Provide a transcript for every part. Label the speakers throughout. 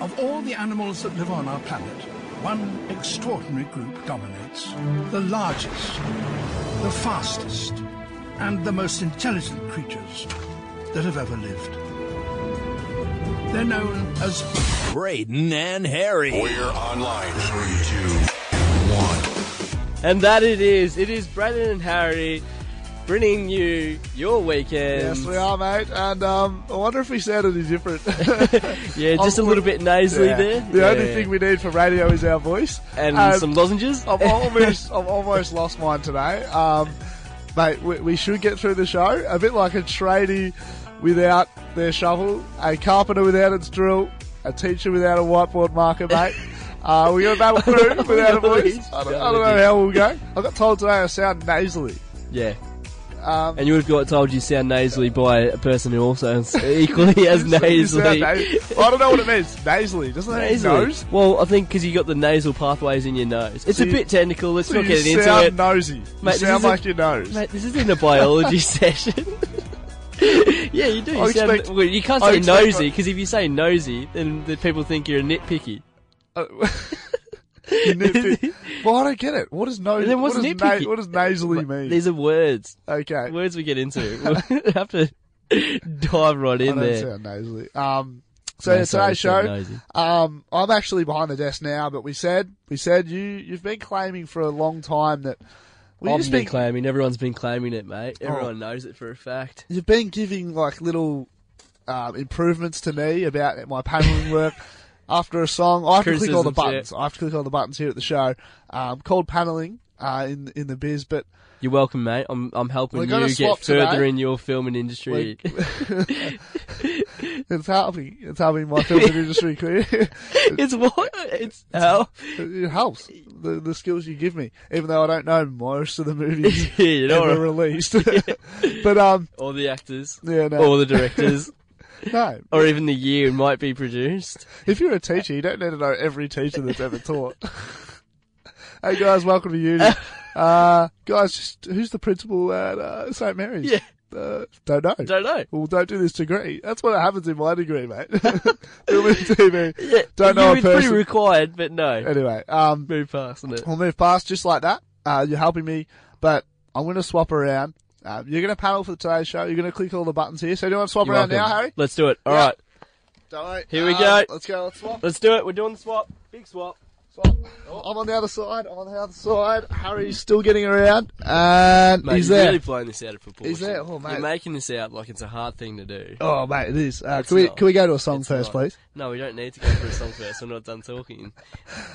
Speaker 1: Of all the animals that live on our planet, one extraordinary group dominates. The largest, the fastest, and the most intelligent creatures that have ever lived. They're known as
Speaker 2: Braden and Harry.
Speaker 3: We're online. Three, two, one.
Speaker 4: And that it is. It is Brandon and Harry bringing you your weekend.
Speaker 5: Yes, we are, mate. And um, I wonder if we sound any different.
Speaker 4: Yeah, just
Speaker 5: Um,
Speaker 4: a little bit nasally
Speaker 5: Yeah.
Speaker 4: there.
Speaker 5: The only
Speaker 4: Yeah.
Speaker 5: thing we need for radio is our voice.
Speaker 4: and
Speaker 5: Um,
Speaker 4: some lozenges.
Speaker 5: I've almost, I've almost lost mine today. Um, mate, we, we should get through the show. A bit like a tradie without their shovel, a carpenter without its drill, a teacher without a whiteboard marker, mate. Uh, we're going to battle through without a
Speaker 4: know what
Speaker 5: voice.
Speaker 4: he's
Speaker 5: I don't, I
Speaker 4: done
Speaker 5: don't
Speaker 4: with
Speaker 5: know
Speaker 4: it.
Speaker 5: how we'll go. I got told today I sound nasally.
Speaker 4: yeah.
Speaker 5: Um,
Speaker 4: And you would got told you sound nasally by a person who also sounds equally as
Speaker 5: You sound
Speaker 4: nasally.
Speaker 5: nas- well, I don't know what it means. Nasally. Doesn't that mean
Speaker 4: Nasally.
Speaker 5: nose?
Speaker 4: Well, I think because you got the nasal pathways in your nose. It's
Speaker 5: So
Speaker 4: a
Speaker 5: you-
Speaker 4: bit technical. Let's
Speaker 5: So
Speaker 4: not
Speaker 5: you
Speaker 4: get into
Speaker 5: sound
Speaker 4: it.
Speaker 5: nosy.
Speaker 4: Mate,
Speaker 5: you
Speaker 4: this
Speaker 5: sound
Speaker 4: is a-
Speaker 5: like your nose.
Speaker 4: Mate, this isn't a biology session. yeah, you do. You,
Speaker 5: I
Speaker 4: sound-
Speaker 5: expect-
Speaker 4: well, you can't
Speaker 5: I
Speaker 4: say
Speaker 5: expect-
Speaker 4: nosy because if you say nosy, then the people think you're a nitpicky.
Speaker 5: Uh, you nitpick. well, I don't get it. What does nose?
Speaker 4: And then what's
Speaker 5: what, does
Speaker 4: nitpicky?
Speaker 5: what does nasally
Speaker 4: But
Speaker 5: mean?
Speaker 4: These are words.
Speaker 5: okay,
Speaker 4: Words we get into. We'll have to dive right
Speaker 5: I
Speaker 4: in
Speaker 5: don't
Speaker 4: there.
Speaker 5: sound nasally. Um, Oh, so
Speaker 4: No, sorry,
Speaker 5: yeah, today's
Speaker 4: I said
Speaker 5: show,
Speaker 4: nosy.
Speaker 5: um, I'm actually behind the desk now, but we said we said you you've been claiming for a long time that we
Speaker 4: I've
Speaker 5: just
Speaker 4: been
Speaker 5: been
Speaker 4: claiming. Everyone's been claiming it, mate.
Speaker 5: Oh.
Speaker 4: Everyone knows it for a fact.
Speaker 5: you've been giving like little um, improvements to me about my paneling work. After a song, I have to click all the
Speaker 4: Criticisms, yeah.
Speaker 5: buttons. I have to click all the buttons here at the show, um, called paneling uh, in in the biz. But
Speaker 4: You're welcome, mate. I'm I'm helping
Speaker 5: We're
Speaker 4: you
Speaker 5: gonna
Speaker 4: get
Speaker 5: swap
Speaker 4: further
Speaker 5: today.
Speaker 4: in your film and industry.
Speaker 5: It's helping. It's helping my film industry career.
Speaker 4: it's what? It's how?
Speaker 5: it helps the the skills you give me, even though I don't know most of the movies
Speaker 4: you know,
Speaker 5: ever
Speaker 4: or,
Speaker 5: released. but um,
Speaker 4: or the actors,
Speaker 5: yeah, no,
Speaker 4: or the directors,
Speaker 5: no.
Speaker 4: or even the year it might be produced.
Speaker 5: If you're a teacher, you don't need to know every teacher that's ever taught. hey guys, welcome to uni. Uh, guys, just, who's the principal at uh, St Mary's?
Speaker 4: Yeah.
Speaker 5: Uh, don't know.
Speaker 4: Don't know.
Speaker 5: well, don't do this degree. That's what happens in my degree, mate. Film and TV.
Speaker 4: Yeah,
Speaker 5: Don't
Speaker 4: you-
Speaker 5: know a
Speaker 4: It's pretty
Speaker 5: person.
Speaker 4: required, but no.
Speaker 5: Anyway, um,
Speaker 4: Move past on it.
Speaker 5: We'll move past just like that. Uh, you're helping me, but I'm going to swap around. Uh, you're going to panel for today's show. You're going to click all the buttons here. So do you want to swap
Speaker 4: You're
Speaker 5: around
Speaker 4: welcome.
Speaker 5: now, Harry?
Speaker 4: Let's do it. All
Speaker 5: Yeah.
Speaker 4: right,
Speaker 5: Don't worry.
Speaker 4: Here we go.
Speaker 5: Let's go. Let's swap.
Speaker 4: let's do it. We're doing the swap. Big swap.
Speaker 5: swap. I'm on the other side. I'm on the other side. Harry's still getting around, and
Speaker 4: Mate,
Speaker 5: he's
Speaker 4: you're
Speaker 5: there.
Speaker 4: really blowing this out of proportion.
Speaker 5: He's there. Oh, mate.
Speaker 4: You're making this out like it's a hard thing to do.
Speaker 5: Oh mate, it is. Uh,
Speaker 4: It's
Speaker 5: can we
Speaker 4: not.
Speaker 5: can we go to a song
Speaker 4: It's
Speaker 5: first,
Speaker 4: not.
Speaker 5: please?
Speaker 4: No, we don't need to go for a song first. I'm not done talking.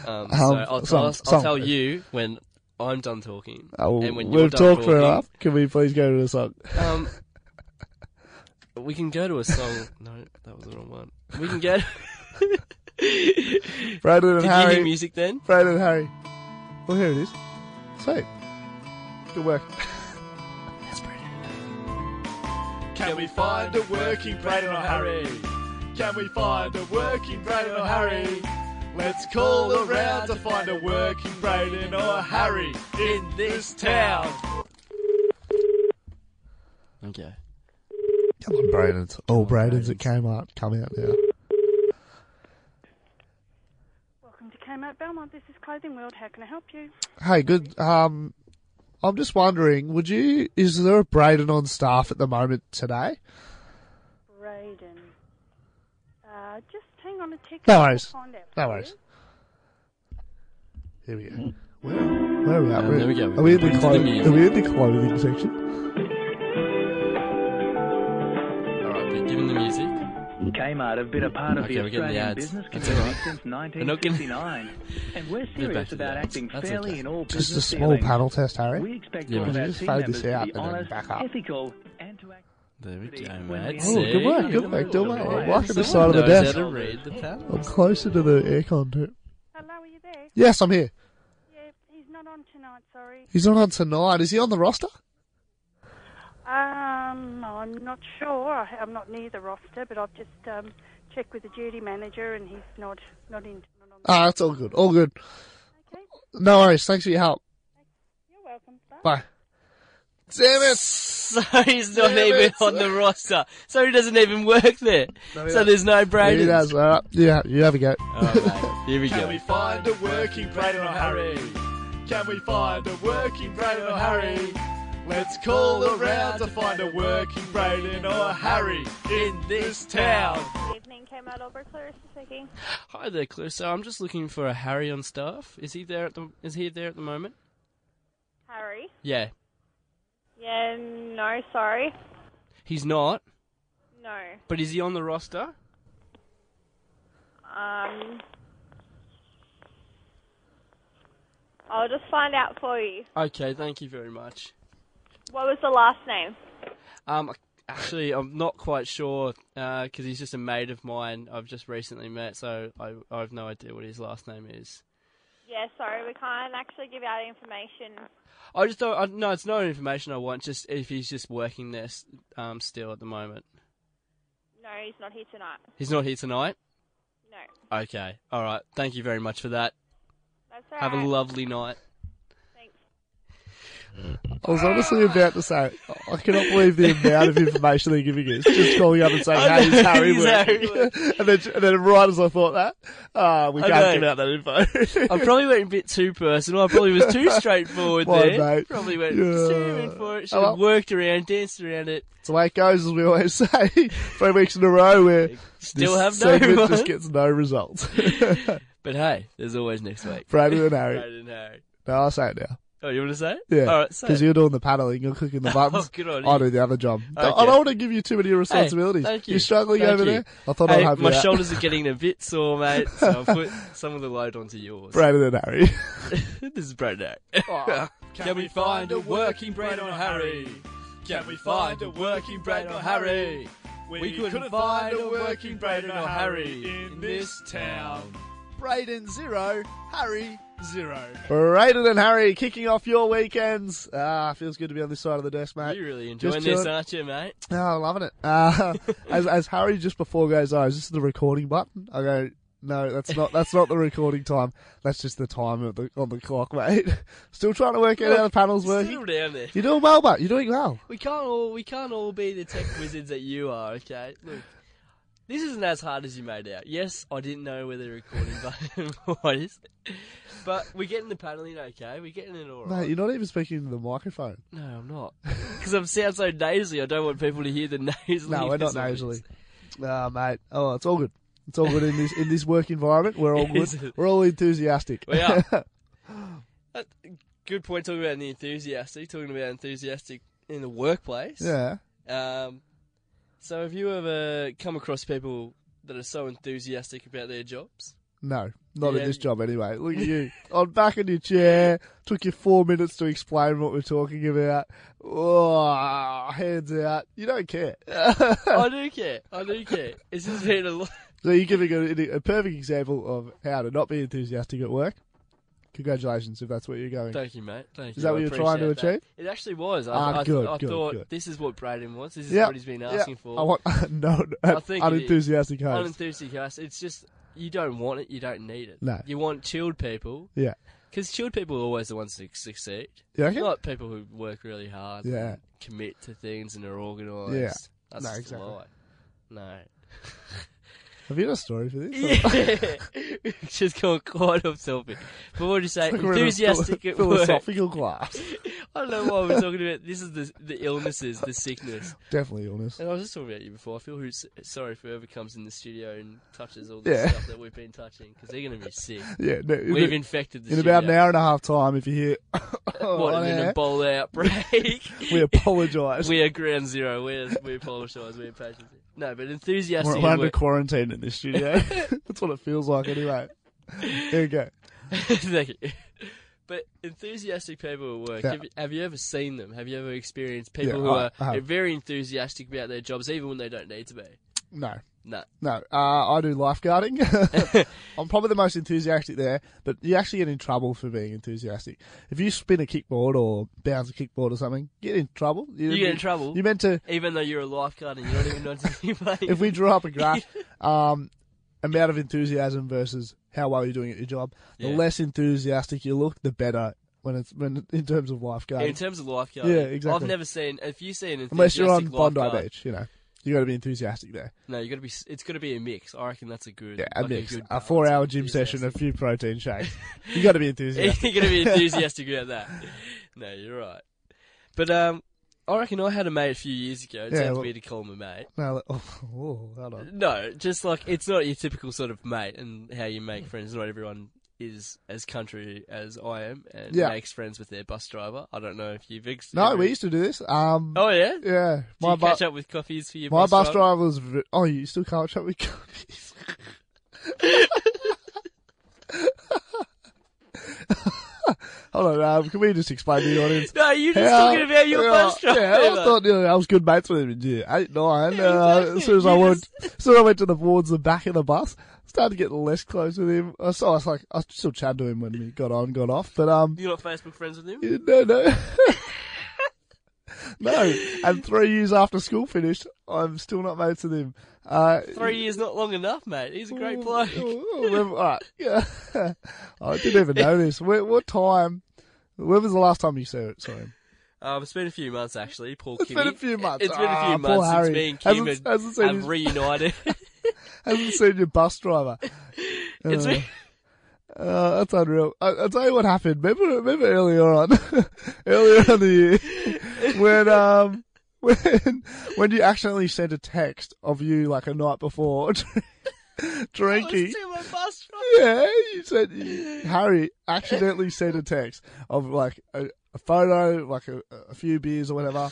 Speaker 4: Um, so
Speaker 5: Um,
Speaker 4: I'll,
Speaker 5: song-
Speaker 4: tell us, I'll
Speaker 5: song
Speaker 4: tell
Speaker 5: first.
Speaker 4: you when I'm done talking.
Speaker 5: Uh,
Speaker 4: and when you're
Speaker 5: we've
Speaker 4: done
Speaker 5: talked for
Speaker 4: talking,
Speaker 5: enough. Can we please go to the song?
Speaker 4: Um, we can go to a song. No, that was the wrong one. We can go. To... Did
Speaker 5: Brandon and
Speaker 4: you
Speaker 5: Harry.
Speaker 4: hear music then?
Speaker 5: Brandon and Harry. Well, here it is. Sweet. Good work.
Speaker 4: That's brilliant.
Speaker 5: Can we find a working Brandon or Harry? Can we find a working Brandon or Harry? Let's call around to find a working Brandon or Harry in this town.
Speaker 4: Okay.
Speaker 5: Come on, Brandon's. All Brandon's at Kmart, come out now.
Speaker 6: Welcome to Kmart Belmont. This is Clothing World. How can I help you?
Speaker 5: Hey, good. Um, I'm just wondering, would you? Is there a Braden on staff at the moment today?
Speaker 6: Braden. Uh, just hang on a tick.
Speaker 5: No
Speaker 6: I'll
Speaker 5: worries.
Speaker 6: Find out
Speaker 5: No
Speaker 6: for
Speaker 5: worries. Here
Speaker 6: you.
Speaker 5: we go. Where, where are we at?
Speaker 4: Um, Hmm.
Speaker 5: We're-
Speaker 4: there we go.
Speaker 5: Are we in
Speaker 4: We're
Speaker 5: the,
Speaker 4: into the
Speaker 5: clothing,
Speaker 4: music.
Speaker 5: are we in the clothing section?
Speaker 4: All right, we're giving the music.
Speaker 7: Kmart have been a part of
Speaker 4: Okay,
Speaker 7: the
Speaker 4: we're getting the
Speaker 7: Australian
Speaker 4: ads.
Speaker 7: business
Speaker 4: That's
Speaker 7: community
Speaker 4: alright.
Speaker 7: since
Speaker 4: not gonna-
Speaker 7: 1959, and we're
Speaker 4: back
Speaker 7: serious
Speaker 4: to the
Speaker 7: about
Speaker 4: ads.
Speaker 7: acting
Speaker 4: That's
Speaker 7: fairly
Speaker 4: okay.
Speaker 7: in all business
Speaker 5: Just a small
Speaker 7: dealings.
Speaker 5: panel test, Harry.
Speaker 7: We expect
Speaker 4: Yeah,
Speaker 7: all
Speaker 4: but
Speaker 7: of
Speaker 4: you
Speaker 7: our
Speaker 5: just
Speaker 7: team
Speaker 5: fade
Speaker 7: members
Speaker 5: this
Speaker 7: to
Speaker 5: out
Speaker 7: be
Speaker 5: and then
Speaker 7: honest,
Speaker 5: back up.
Speaker 7: ethical, and to act.
Speaker 4: There we go,
Speaker 7: When
Speaker 4: mate.
Speaker 7: we-
Speaker 5: Oh, good work,
Speaker 4: See?
Speaker 5: good work, good work.
Speaker 4: Someone
Speaker 5: Walking the side of the
Speaker 4: knows how
Speaker 5: desk.
Speaker 4: to read the panel.
Speaker 5: I'm closer to the aircon. too.
Speaker 6: Hello, are you there?
Speaker 5: Yes, I'm here.
Speaker 6: Yeah, he's not on tonight, sorry.
Speaker 5: He's not on tonight. Is he on the roster?
Speaker 6: Um, I'm not sure. I, I'm not near the roster, but I've just um, checked with the duty manager and he's not, not in. Not on
Speaker 5: Ah, that's all good. All good.
Speaker 6: okay,
Speaker 5: No worries. Thanks for your help.
Speaker 6: you're welcome. Bye.
Speaker 5: Bye. Damn it!
Speaker 4: So he's not
Speaker 5: Damn
Speaker 4: even
Speaker 5: it.
Speaker 4: on the roster. So he doesn't even work there. so there's no
Speaker 5: He
Speaker 4: Braden.
Speaker 5: does, all right. Yeah, you have a go.
Speaker 4: Here we go.
Speaker 5: find a working Braden or Harry? Can we find a working Braden or Harry? Let's call around to find a working Braden or Harry in this town.
Speaker 8: evening came out over Clarissa Siki.
Speaker 4: Hi there, Clarissa. I'm just looking for a Harry on staff. Is he there at the Is he there at the moment?
Speaker 8: Harry.
Speaker 4: Yeah,
Speaker 8: Yeah, no, sorry.
Speaker 4: he's not.
Speaker 8: No.
Speaker 4: But is he on the roster?
Speaker 8: Um I'll just find out for you.
Speaker 4: Okay, thank you very much.
Speaker 8: What was the last name?
Speaker 4: Um, actually, I'm not quite sure because he's just a mate of mine. I've just recently met, so I I have no idea what his last name is.
Speaker 8: Yeah, sorry, we can't actually give out information.
Speaker 4: I just don't. I, no, it's not information I want. Just if he's just working there s- um, still at the moment.
Speaker 8: No, he's not here tonight.
Speaker 4: He's not here tonight.
Speaker 8: No.
Speaker 4: Okay. All right. Thank you very much for that.
Speaker 8: That's all
Speaker 4: Have a
Speaker 8: right.
Speaker 4: lovely night.
Speaker 8: Thanks.
Speaker 5: I was honestly about to say, I cannot believe the amount of information they're giving us. Just calling up and saying,
Speaker 4: I
Speaker 5: hey,
Speaker 4: know,
Speaker 5: it's Harry
Speaker 4: he's
Speaker 5: working? and, then, and then right as I thought that, uh, we
Speaker 4: I
Speaker 5: can't give
Speaker 4: know.
Speaker 5: out that info.
Speaker 4: I probably went a bit too personal. I probably was too straightforward
Speaker 5: Why,
Speaker 4: there.
Speaker 5: mate?
Speaker 4: Probably went
Speaker 5: Yeah.
Speaker 4: too in for it. Should
Speaker 5: Oh,
Speaker 4: have
Speaker 5: well.
Speaker 4: worked around, danced around it.
Speaker 5: It's the way it goes, as we always say. Three weeks in a row where
Speaker 4: Still
Speaker 5: this
Speaker 4: have no
Speaker 5: segment just
Speaker 4: one.
Speaker 5: gets no results.
Speaker 4: But hey, there's always next week.
Speaker 5: Braden and Harry.
Speaker 4: Braden Harry.
Speaker 5: No, I'll say it now.
Speaker 4: Oh, you want to say it?
Speaker 5: Yeah.
Speaker 4: All right, say it.
Speaker 5: Because
Speaker 4: Oh,
Speaker 5: you're doing the paneling, you're clicking the buttons.
Speaker 4: good on
Speaker 5: I'll
Speaker 4: you.
Speaker 5: do the other job. I
Speaker 4: Okay.
Speaker 5: don't want to give you too many responsibilities.
Speaker 4: thank you.
Speaker 5: are struggling
Speaker 4: Thank
Speaker 5: over
Speaker 4: you.
Speaker 5: there. I thought I'd
Speaker 4: Hey,
Speaker 5: help you
Speaker 4: my
Speaker 5: out.
Speaker 4: shoulders are getting a bit sore, mate, so I'll put some of the load onto yours.
Speaker 5: Braden and Harry.
Speaker 4: this is Braden Harry. Oh, Can we find a working Braden on Harry? Can we find a working Braden on Harry? We couldn't find a working Braden on Harry in this town.
Speaker 5: Braden zero, Harry zero. Braden and Harry kicking off your weekends. Ah, feels good to be on this side of the desk, mate.
Speaker 4: You really enjoying this,
Speaker 5: chilling.
Speaker 4: aren't you, mate?
Speaker 5: Oh, loving it. Uh, as as Harry just before goes, oh, is this the recording button? I go, no, that's not. That's not the recording time. That's just the time of the, on the clock, mate. Still trying to work out how the panel's
Speaker 4: Settle
Speaker 5: working.
Speaker 4: down there.
Speaker 5: You're doing well, mate. You're doing well.
Speaker 4: We can't all we can't all be the tech wizards that you are, okay? Look. This isn't as hard as you made out. Yes, I didn't know where the recording button was. But we're getting the paneling okay, we're getting it
Speaker 5: Mate,
Speaker 4: alright.
Speaker 5: you're not even speaking into the microphone.
Speaker 4: No, I'm not. Because I sound so nasally, I don't want people to hear the nasally.
Speaker 5: No, we're not
Speaker 4: noises.
Speaker 5: nasally. Ah, mate. Oh, it's all good. It's all good in this in this work environment. We're all
Speaker 4: Is
Speaker 5: good.
Speaker 4: it?
Speaker 5: We're all enthusiastic.
Speaker 4: We are. Uh, Good point talking about the enthusiastic, talking about enthusiastic in the workplace.
Speaker 5: yeah.
Speaker 4: Um, so have you ever come across people that are so enthusiastic about their jobs?
Speaker 5: No, not
Speaker 4: Yeah.
Speaker 5: in this job anyway. Look at you. On back in your chair. Took you four minutes to explain what we're talking about. Oh, hands out. You don't care.
Speaker 4: I do care. I do care. It's just been a lot.
Speaker 5: so you're giving a, a perfect example of how to not be enthusiastic at work. Congratulations if that's where you're going.
Speaker 4: Thank you, mate. Thank you.
Speaker 5: Is that what
Speaker 4: I
Speaker 5: you're trying to
Speaker 4: appreciate that. It actually was. I,
Speaker 5: Ah,
Speaker 4: I,
Speaker 5: good,
Speaker 4: I
Speaker 5: good,
Speaker 4: thought
Speaker 5: good.
Speaker 4: this is what Braden wants. This is
Speaker 5: Yeah,
Speaker 4: what he's been
Speaker 5: yeah.
Speaker 4: asking for.
Speaker 5: I want no,
Speaker 4: I
Speaker 5: no
Speaker 4: think it is.
Speaker 5: unenthusiastic host.
Speaker 4: Unenthusiastic. It's just you don't want it. You don't need it.
Speaker 5: No.
Speaker 4: You want chilled people
Speaker 5: yeah.
Speaker 4: because chilled people are always the ones that succeed.
Speaker 5: You reckon?
Speaker 4: Not people who work really hard. and
Speaker 5: Yeah.
Speaker 4: commit to things and are organised.
Speaker 5: Yeah.
Speaker 4: That's
Speaker 5: No,
Speaker 4: just a
Speaker 5: exactly.
Speaker 4: lie. No.
Speaker 5: Have you got a story for this?
Speaker 4: Yeah. just gone quite off topic. But what do you say?
Speaker 5: Like we're in a
Speaker 4: enthusiastic
Speaker 5: philo-
Speaker 4: at work.
Speaker 5: philosophical class.
Speaker 4: I don't know why we're talking about this. Is the the illnesses, the sickness?
Speaker 5: Definitely illness.
Speaker 4: And I was just talking about you before. I feel who's, sorry for whoever comes in the studio and touches all the
Speaker 5: Yeah.
Speaker 4: stuff that we've been touching because they're going to be sick.
Speaker 5: Yeah, no, in,
Speaker 4: We've
Speaker 5: a-
Speaker 4: infected the
Speaker 5: in about an
Speaker 4: studio.
Speaker 5: hour and a half time, if you hear,
Speaker 4: What
Speaker 5: on
Speaker 4: and then
Speaker 5: air,
Speaker 4: a bowl outbreak.
Speaker 5: we apologise.
Speaker 4: we are ground zero. We're we apologise. We're patient. No, but enthusiastic.
Speaker 5: We're,
Speaker 4: at
Speaker 5: we're under
Speaker 4: work-
Speaker 5: quarantine in this studio. That's what it feels like, anyway. There you go.
Speaker 4: Thank you. But enthusiastic people at work,
Speaker 5: Yeah.
Speaker 4: have, you, have you ever seen them? Have you ever experienced people
Speaker 5: Yeah,
Speaker 4: who
Speaker 5: I-
Speaker 4: are
Speaker 5: I have.
Speaker 4: very enthusiastic about their jobs, even when they don't need to be?
Speaker 5: No,
Speaker 4: No.
Speaker 5: no. Uh, I do lifeguarding. I'm probably the most enthusiastic there, but you actually get in trouble for being enthusiastic. If you spin a kickboard or bounce a kickboard or something, you get in trouble.
Speaker 4: You get in trouble.
Speaker 5: You're meant to
Speaker 4: Even though you're a lifeguard and you don't even know what to be
Speaker 5: if we drew up a graph, um, amount of enthusiasm versus how well you're doing at your job, the
Speaker 4: Yeah.
Speaker 5: less enthusiastic you look, the better when it's when in terms of lifeguarding.
Speaker 4: In terms of lifeguard,
Speaker 5: Yeah, exactly.
Speaker 4: I've never seen. If you see an
Speaker 5: Unless you're on
Speaker 4: enthusiastic
Speaker 5: Bondi
Speaker 4: lifeguard-
Speaker 5: Beach, you know, you got to be enthusiastic there.
Speaker 4: no, you got to be. s- It's got to be a mix. I reckon that's a good.
Speaker 5: Yeah, a
Speaker 4: like
Speaker 5: mix,
Speaker 4: good
Speaker 5: a
Speaker 4: balance
Speaker 5: four-hour
Speaker 4: of
Speaker 5: gym session,
Speaker 4: enthusiasm.
Speaker 5: a few protein shakes. You got to be enthusiastic.
Speaker 4: You're going to be enthusiastic about that. No, you're right. But um, I reckon I had a mate a few years ago. It
Speaker 5: Yeah,
Speaker 4: sounds
Speaker 5: well-
Speaker 4: weird to call him a mate.
Speaker 5: no, like- oh, oh, hold on.
Speaker 4: No, just like it's not your typical sort of mate and how you make friends. Not everyone is as country as I am and
Speaker 5: Yeah.
Speaker 4: makes friends with their bus driver. I don't know if you've ex-
Speaker 5: No,
Speaker 4: ever-
Speaker 5: we used to do this. Um,
Speaker 4: Oh yeah. Do
Speaker 5: yeah,
Speaker 4: you
Speaker 5: my bu-
Speaker 4: catch up with coffees for your
Speaker 5: my
Speaker 4: bus,
Speaker 5: bus driver was. v- Oh, you still can't chat with companies. hold on, um, can we just explain to the audience?
Speaker 4: No, you're just
Speaker 5: How-
Speaker 4: talking about your
Speaker 5: yeah,
Speaker 4: bus driver.
Speaker 5: Yeah, I was thought, you know, I was good mates with him in year eight, nine. uh,
Speaker 4: exactly.
Speaker 5: as soon as I
Speaker 4: You
Speaker 5: went, as soon as I went to the towards the back of the bus, started to get less close with him. Uh, So I was like, I still chatted to him when we got on, got off, but um,
Speaker 4: You're not Facebook friends with him.
Speaker 5: no, no, no. And three years after school finished, I'm still not mates with him. Uh,
Speaker 4: Three years not long enough, mate. He's a great bloke.
Speaker 5: Oh, oh, when- all right. Yeah. I didn't even know this. Where, what time? When was the last time you saw it? Sorry.
Speaker 4: Um, it's been a few months actually, Paul
Speaker 5: It's
Speaker 4: Kimmy.
Speaker 5: been a few months.
Speaker 4: It's been a
Speaker 5: Ah,
Speaker 4: few
Speaker 5: poor
Speaker 4: months since
Speaker 5: Harry.
Speaker 4: me and Kim
Speaker 5: Hasn't-
Speaker 4: had-
Speaker 5: hasn't seen
Speaker 4: have
Speaker 5: his-
Speaker 4: reunited.
Speaker 5: Hasn't seen your bus driver.
Speaker 4: it's re-
Speaker 5: Uh, that's unreal. I, I'll tell you what happened. Remember, remember earlier on, earlier on the year, when, um, when, when you accidentally sent a text of you like a night before drinking.
Speaker 4: to my bus driver.
Speaker 5: Yeah, you said Harry accidentally sent a text of like a, a photo, like a, a few beers or whatever,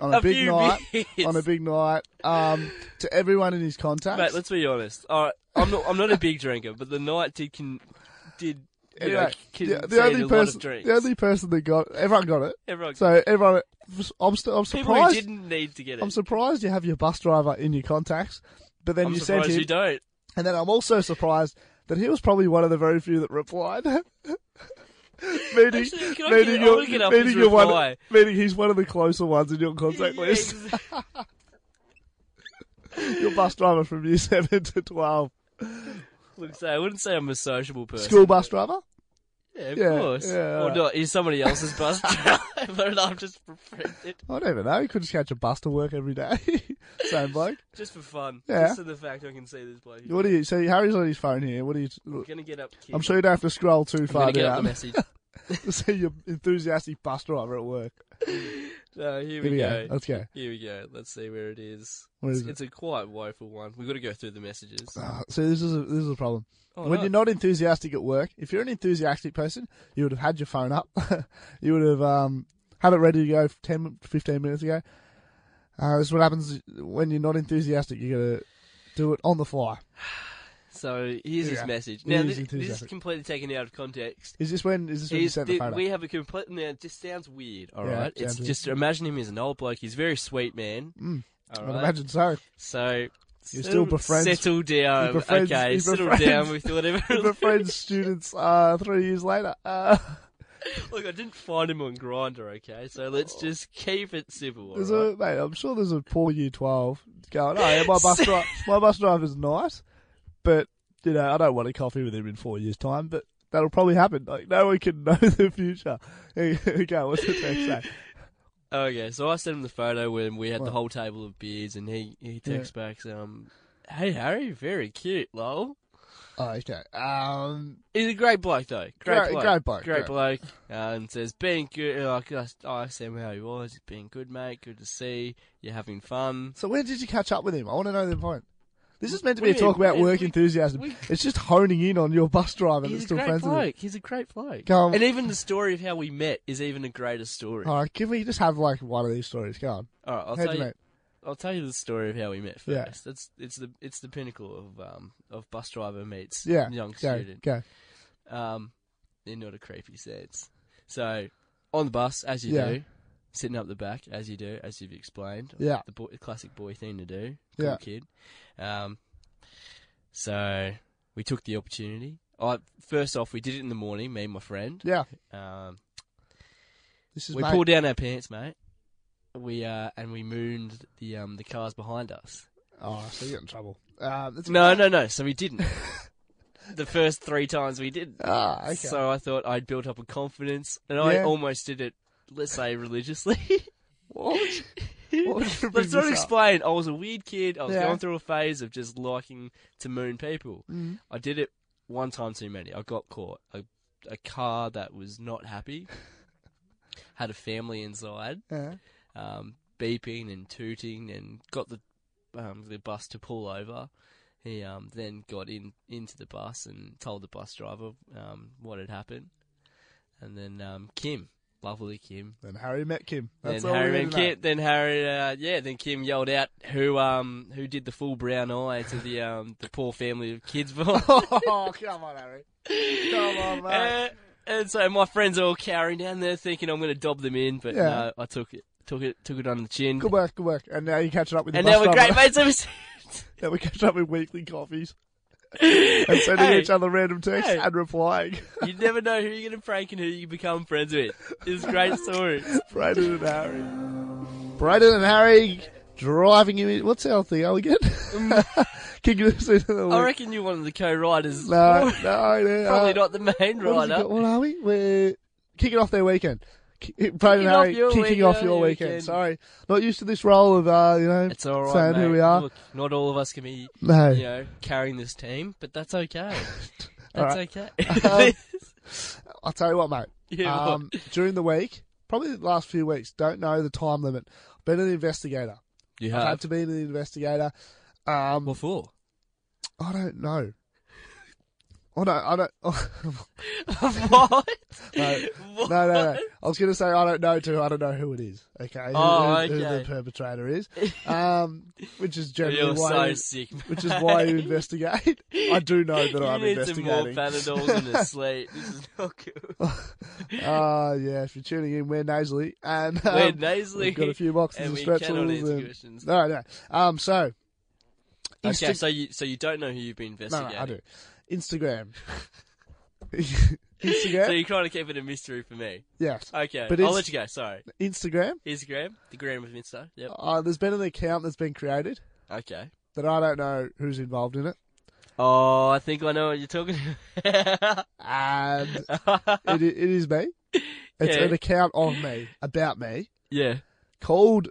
Speaker 5: on a,
Speaker 4: A
Speaker 5: big
Speaker 4: few
Speaker 5: night,
Speaker 4: beers.
Speaker 5: on a big night, um, to everyone in his contacts.
Speaker 4: Mate, let's be honest. All right, I'm not. I'm not a big drinker, but the night did can did. You know,
Speaker 5: Anyway,
Speaker 4: can
Speaker 5: the, the
Speaker 4: send
Speaker 5: only
Speaker 4: a
Speaker 5: person,
Speaker 4: lot of
Speaker 5: the only person that got everyone got it.
Speaker 4: Everyone
Speaker 5: so everyone, I'm, st-
Speaker 4: people who
Speaker 5: I'm surprised.
Speaker 4: didn't need to get it.
Speaker 5: I'm surprised you have your bus driver in your contacts, but then
Speaker 4: I'm
Speaker 5: you sent
Speaker 4: surprised
Speaker 5: him,
Speaker 4: you don't.
Speaker 5: and then I'm also surprised that he was probably one of the very few that replied. meaning,
Speaker 4: Actually, can I get-
Speaker 5: meaning,
Speaker 4: I'll
Speaker 5: you're,
Speaker 4: look it up
Speaker 5: meaning,
Speaker 4: as
Speaker 5: you're one,
Speaker 4: reply.
Speaker 5: meaning he's one of the closer ones in your contact
Speaker 4: Yeah,
Speaker 5: list.
Speaker 4: exa-
Speaker 5: Your bus driver from year seven to twelve,
Speaker 4: Look, so I wouldn't say I'm a sociable person.
Speaker 5: school bus driver.
Speaker 4: yeah, of
Speaker 5: yeah,
Speaker 4: course.
Speaker 5: yeah,
Speaker 4: or
Speaker 5: alright.
Speaker 4: not? He's somebody else's bus driver, and I'm just befriended
Speaker 5: I don't even know. He could just catch a bus to work every day. Same bloke.
Speaker 4: just for fun.
Speaker 5: Yeah.
Speaker 4: Just for the fact I can see this bloke.
Speaker 5: What do you? So Harry's on his phone here. What do you?
Speaker 4: I'm gonna get up. Kid.
Speaker 5: I'm sure you don't have to scroll too
Speaker 4: I'm gonna
Speaker 5: far
Speaker 4: get up the
Speaker 5: down
Speaker 4: message.
Speaker 5: to see your enthusiastic bus driver at work.
Speaker 4: No, here
Speaker 5: Here
Speaker 4: we,
Speaker 5: we
Speaker 4: go.
Speaker 5: go. Let's go.
Speaker 4: Here we go. Let's see where it is.
Speaker 5: Where is
Speaker 4: it's, it's a quite woeful one. We've got to go through the messages.
Speaker 5: Ah, so this is a, this is a problem.
Speaker 4: Oh,
Speaker 5: when
Speaker 4: no.
Speaker 5: you're not enthusiastic at work, if you're an enthusiastic person, you would have had your phone up. you would have um, had it ready to go 10, 15 minutes ago. Uh, this is what happens when you're not enthusiastic. You got to do it on the fly.
Speaker 4: So here's his
Speaker 5: Yeah.
Speaker 4: message.
Speaker 5: It
Speaker 4: Now
Speaker 5: is
Speaker 4: this, this is
Speaker 5: enthusiastic.
Speaker 4: completely taken out of context.
Speaker 5: Is this when? Is this when you
Speaker 4: He's-
Speaker 5: sent the
Speaker 4: th-
Speaker 5: photo?
Speaker 4: we have a complete. Now it just sounds weird. All
Speaker 5: Yeah,
Speaker 4: right,
Speaker 5: it
Speaker 4: it's
Speaker 5: sounds weird.
Speaker 4: just imagine him as an old bloke. He's a very sweet man. All
Speaker 5: I'd
Speaker 4: right,
Speaker 5: imagine so.
Speaker 4: so.
Speaker 5: You're still
Speaker 4: settle-
Speaker 5: befriends-
Speaker 4: Settle down.
Speaker 5: you're befriends-
Speaker 4: okay,
Speaker 5: you're
Speaker 4: settle
Speaker 5: befriends-
Speaker 4: down with whatever.
Speaker 5: We're friends, students. Uh, three years later. Uh,
Speaker 4: Look, I didn't find him on Grinder. Okay, so let's
Speaker 5: Oh.
Speaker 4: just keep it civil. all
Speaker 5: there's
Speaker 4: right?
Speaker 5: a mate. I'm sure there's a poor year twelve going. Oh, yeah, my bus driver. My bus driver's nice, but you know I don't want a coffee with him in four years' time. But that'll probably happen. Like no one can know the future. okay, what's the text say?
Speaker 4: Okay, so I sent him the photo when we had the whole table of beers, and he he texts back, um, "Hey Harry, very cute, lol."
Speaker 5: Oh, okay. Um,
Speaker 4: He's a great bloke though, great,
Speaker 5: Great-
Speaker 4: bloke,
Speaker 5: great bloke,
Speaker 4: great
Speaker 5: great.
Speaker 4: bloke, uh, and says being good. Uh, I asked- I asked him how he was. He's been good, mate. Good to see you're having fun.
Speaker 5: so when did you catch up with him? I want to know the point. This is meant to
Speaker 4: What
Speaker 5: be a
Speaker 4: do you
Speaker 5: talk
Speaker 4: mean?
Speaker 5: about work
Speaker 4: We-
Speaker 5: enthusiasm.
Speaker 4: we-
Speaker 5: it's just honing in on your bus driver that's
Speaker 4: He's a
Speaker 5: still
Speaker 4: great
Speaker 5: friends with him.
Speaker 4: bloke. He's a great bloke.
Speaker 5: Go on.
Speaker 4: And even the story of how we met is even a greater story.
Speaker 5: All right, can we just have like one of these stories? Go on.
Speaker 4: All right, I'll
Speaker 5: How'd
Speaker 4: tell
Speaker 5: you
Speaker 4: you.
Speaker 5: meet?
Speaker 4: I'll tell you the story of how we met first.
Speaker 5: Yeah.
Speaker 4: That's it's the it's the pinnacle of um of bus driver meets
Speaker 5: Yeah,
Speaker 4: young
Speaker 5: go,
Speaker 4: student.
Speaker 5: Go.
Speaker 4: um, in not a creepy sense. So, on the bus, as you
Speaker 5: Yeah.
Speaker 4: do, sitting up the back, as you do, as you've explained.
Speaker 5: Yeah.
Speaker 4: The boy, classic boy thing to do. Cool
Speaker 5: Yeah.
Speaker 4: kid. Um, so, we took the opportunity. I, first off, we did it in the morning, me and my friend.
Speaker 5: Yeah.
Speaker 4: Um,
Speaker 5: This is
Speaker 4: we
Speaker 5: mate.
Speaker 4: pulled down our pants, mate. We uh, and we mooned the um the cars behind us.
Speaker 5: Oh, so you got in trouble. Um, it's
Speaker 4: No, no, no. So we didn't. the first three times we did.
Speaker 5: Ah, okay.
Speaker 4: So I thought I'd built up a confidence, and
Speaker 5: Yeah.
Speaker 4: I almost did it, let's say, religiously.
Speaker 5: What would you- what would you bring
Speaker 4: Let's not
Speaker 5: this up?
Speaker 4: explain. I was a weird kid. I was
Speaker 5: Yeah.
Speaker 4: going through a phase of just liking to moon people.
Speaker 5: Mm.
Speaker 4: I did it one time too many. I got caught. A, a car that was not happy had a family inside,
Speaker 5: Yeah.
Speaker 4: um, beeping and tooting, and got the um, the bus to pull over. He um, then got in into the bus and told the bus driver um, what had happened, and then um, Kim, lovely Kim,
Speaker 5: Then Harry met Kim. That's
Speaker 4: then
Speaker 5: all
Speaker 4: Harry
Speaker 5: we
Speaker 4: and
Speaker 5: need to know.
Speaker 4: Kim, then Harry, uh, yeah, then Kim yelled out who um who did the full brown eye to the um the poor family of kids.
Speaker 5: Oh, come on, Harry. Come on, mate.
Speaker 4: and, Uh, and so my friends are all carrying down there, thinking I'm going to dob them in, but
Speaker 5: Yeah.
Speaker 4: no, I took it, took it, took it on the chin,
Speaker 5: Good work, good work. And now you're catching up with
Speaker 4: and
Speaker 5: the
Speaker 4: now
Speaker 5: bus
Speaker 4: we're
Speaker 5: driver.
Speaker 4: great mates ever since.
Speaker 5: Now we're catching up with weekly coffees and sending
Speaker 4: Hey.
Speaker 5: each other random texts
Speaker 4: Hey.
Speaker 5: and replying.
Speaker 4: You never know who you're going to prank and who you become friends with. It's a great story.
Speaker 5: Brayden and Harry. Brayden and Harry driving you in. What's our thing again? King of the Sea.
Speaker 4: Mm. I reckon you're one of the co-writers.
Speaker 5: No, no, no.
Speaker 4: Probably
Speaker 5: uh,
Speaker 4: not the main
Speaker 5: What, has he
Speaker 4: writer.
Speaker 5: got? What are we? We're kicking off their weekend. Ki- Brayden and
Speaker 4: off
Speaker 5: Harry
Speaker 4: your
Speaker 5: kicking
Speaker 4: weekend,
Speaker 5: off your
Speaker 4: your
Speaker 5: weekend.
Speaker 4: weekend.
Speaker 5: Sorry, not used to this role of uh, you know
Speaker 4: It's all right,
Speaker 5: saying who
Speaker 4: mate.
Speaker 5: we are.
Speaker 4: Look, not all of us can be,
Speaker 5: No.
Speaker 4: you know, carrying this team, but that's okay. that's okay.
Speaker 5: Um, I'll tell you what, mate.
Speaker 4: Yeah, what?
Speaker 5: um, during the week, probably the last few weeks, don't know the time limit. Been an investigator.
Speaker 4: you
Speaker 5: I've had to be an investigator. Um,
Speaker 4: What for?
Speaker 5: I don't know. I don't. I don't.
Speaker 4: what?
Speaker 5: no,
Speaker 4: What?
Speaker 5: no, no, no. I was going to say I don't know too. I don't know who it is. Okay, who,
Speaker 4: Oh,
Speaker 5: who- who the
Speaker 4: okay.
Speaker 5: perpetrator is. Um, which is generally
Speaker 4: You're
Speaker 5: why.
Speaker 4: so
Speaker 5: you-
Speaker 4: sick.
Speaker 5: which is why you investigate. I do know that
Speaker 4: you
Speaker 5: I'm
Speaker 4: need some more
Speaker 5: investigating. Um,
Speaker 4: Panadols and a slate. This is not good.
Speaker 5: Uh, yeah, if you're tuning in, we're nasally. And, um,
Speaker 4: We're nasally.
Speaker 5: We've got a few boxes
Speaker 4: and
Speaker 5: of
Speaker 4: we
Speaker 5: stretchals.
Speaker 4: cannot answer
Speaker 5: and-
Speaker 4: questions.
Speaker 5: No, no. Um, so.
Speaker 4: Okay,
Speaker 5: Insta-
Speaker 4: so you so you don't know who you've been
Speaker 5: no,
Speaker 4: investigating.
Speaker 5: no, I do. Instagram.
Speaker 4: So
Speaker 5: Instagram?
Speaker 4: you're trying to keep it a mystery for me.
Speaker 5: yes.
Speaker 4: Okay,
Speaker 5: But
Speaker 4: I'll
Speaker 5: it's-
Speaker 4: let you go. Sorry.
Speaker 5: Instagram?
Speaker 4: Instagram, the gram of Insta. Yep.
Speaker 5: Uh, there's been an account that's been created
Speaker 4: Okay.
Speaker 5: that I don't know who's involved in it.
Speaker 4: Oh, I think I know what you're talking about.
Speaker 5: And it, it is me. It's
Speaker 4: Yeah.
Speaker 5: an account of me, about me,
Speaker 4: yeah.
Speaker 5: called,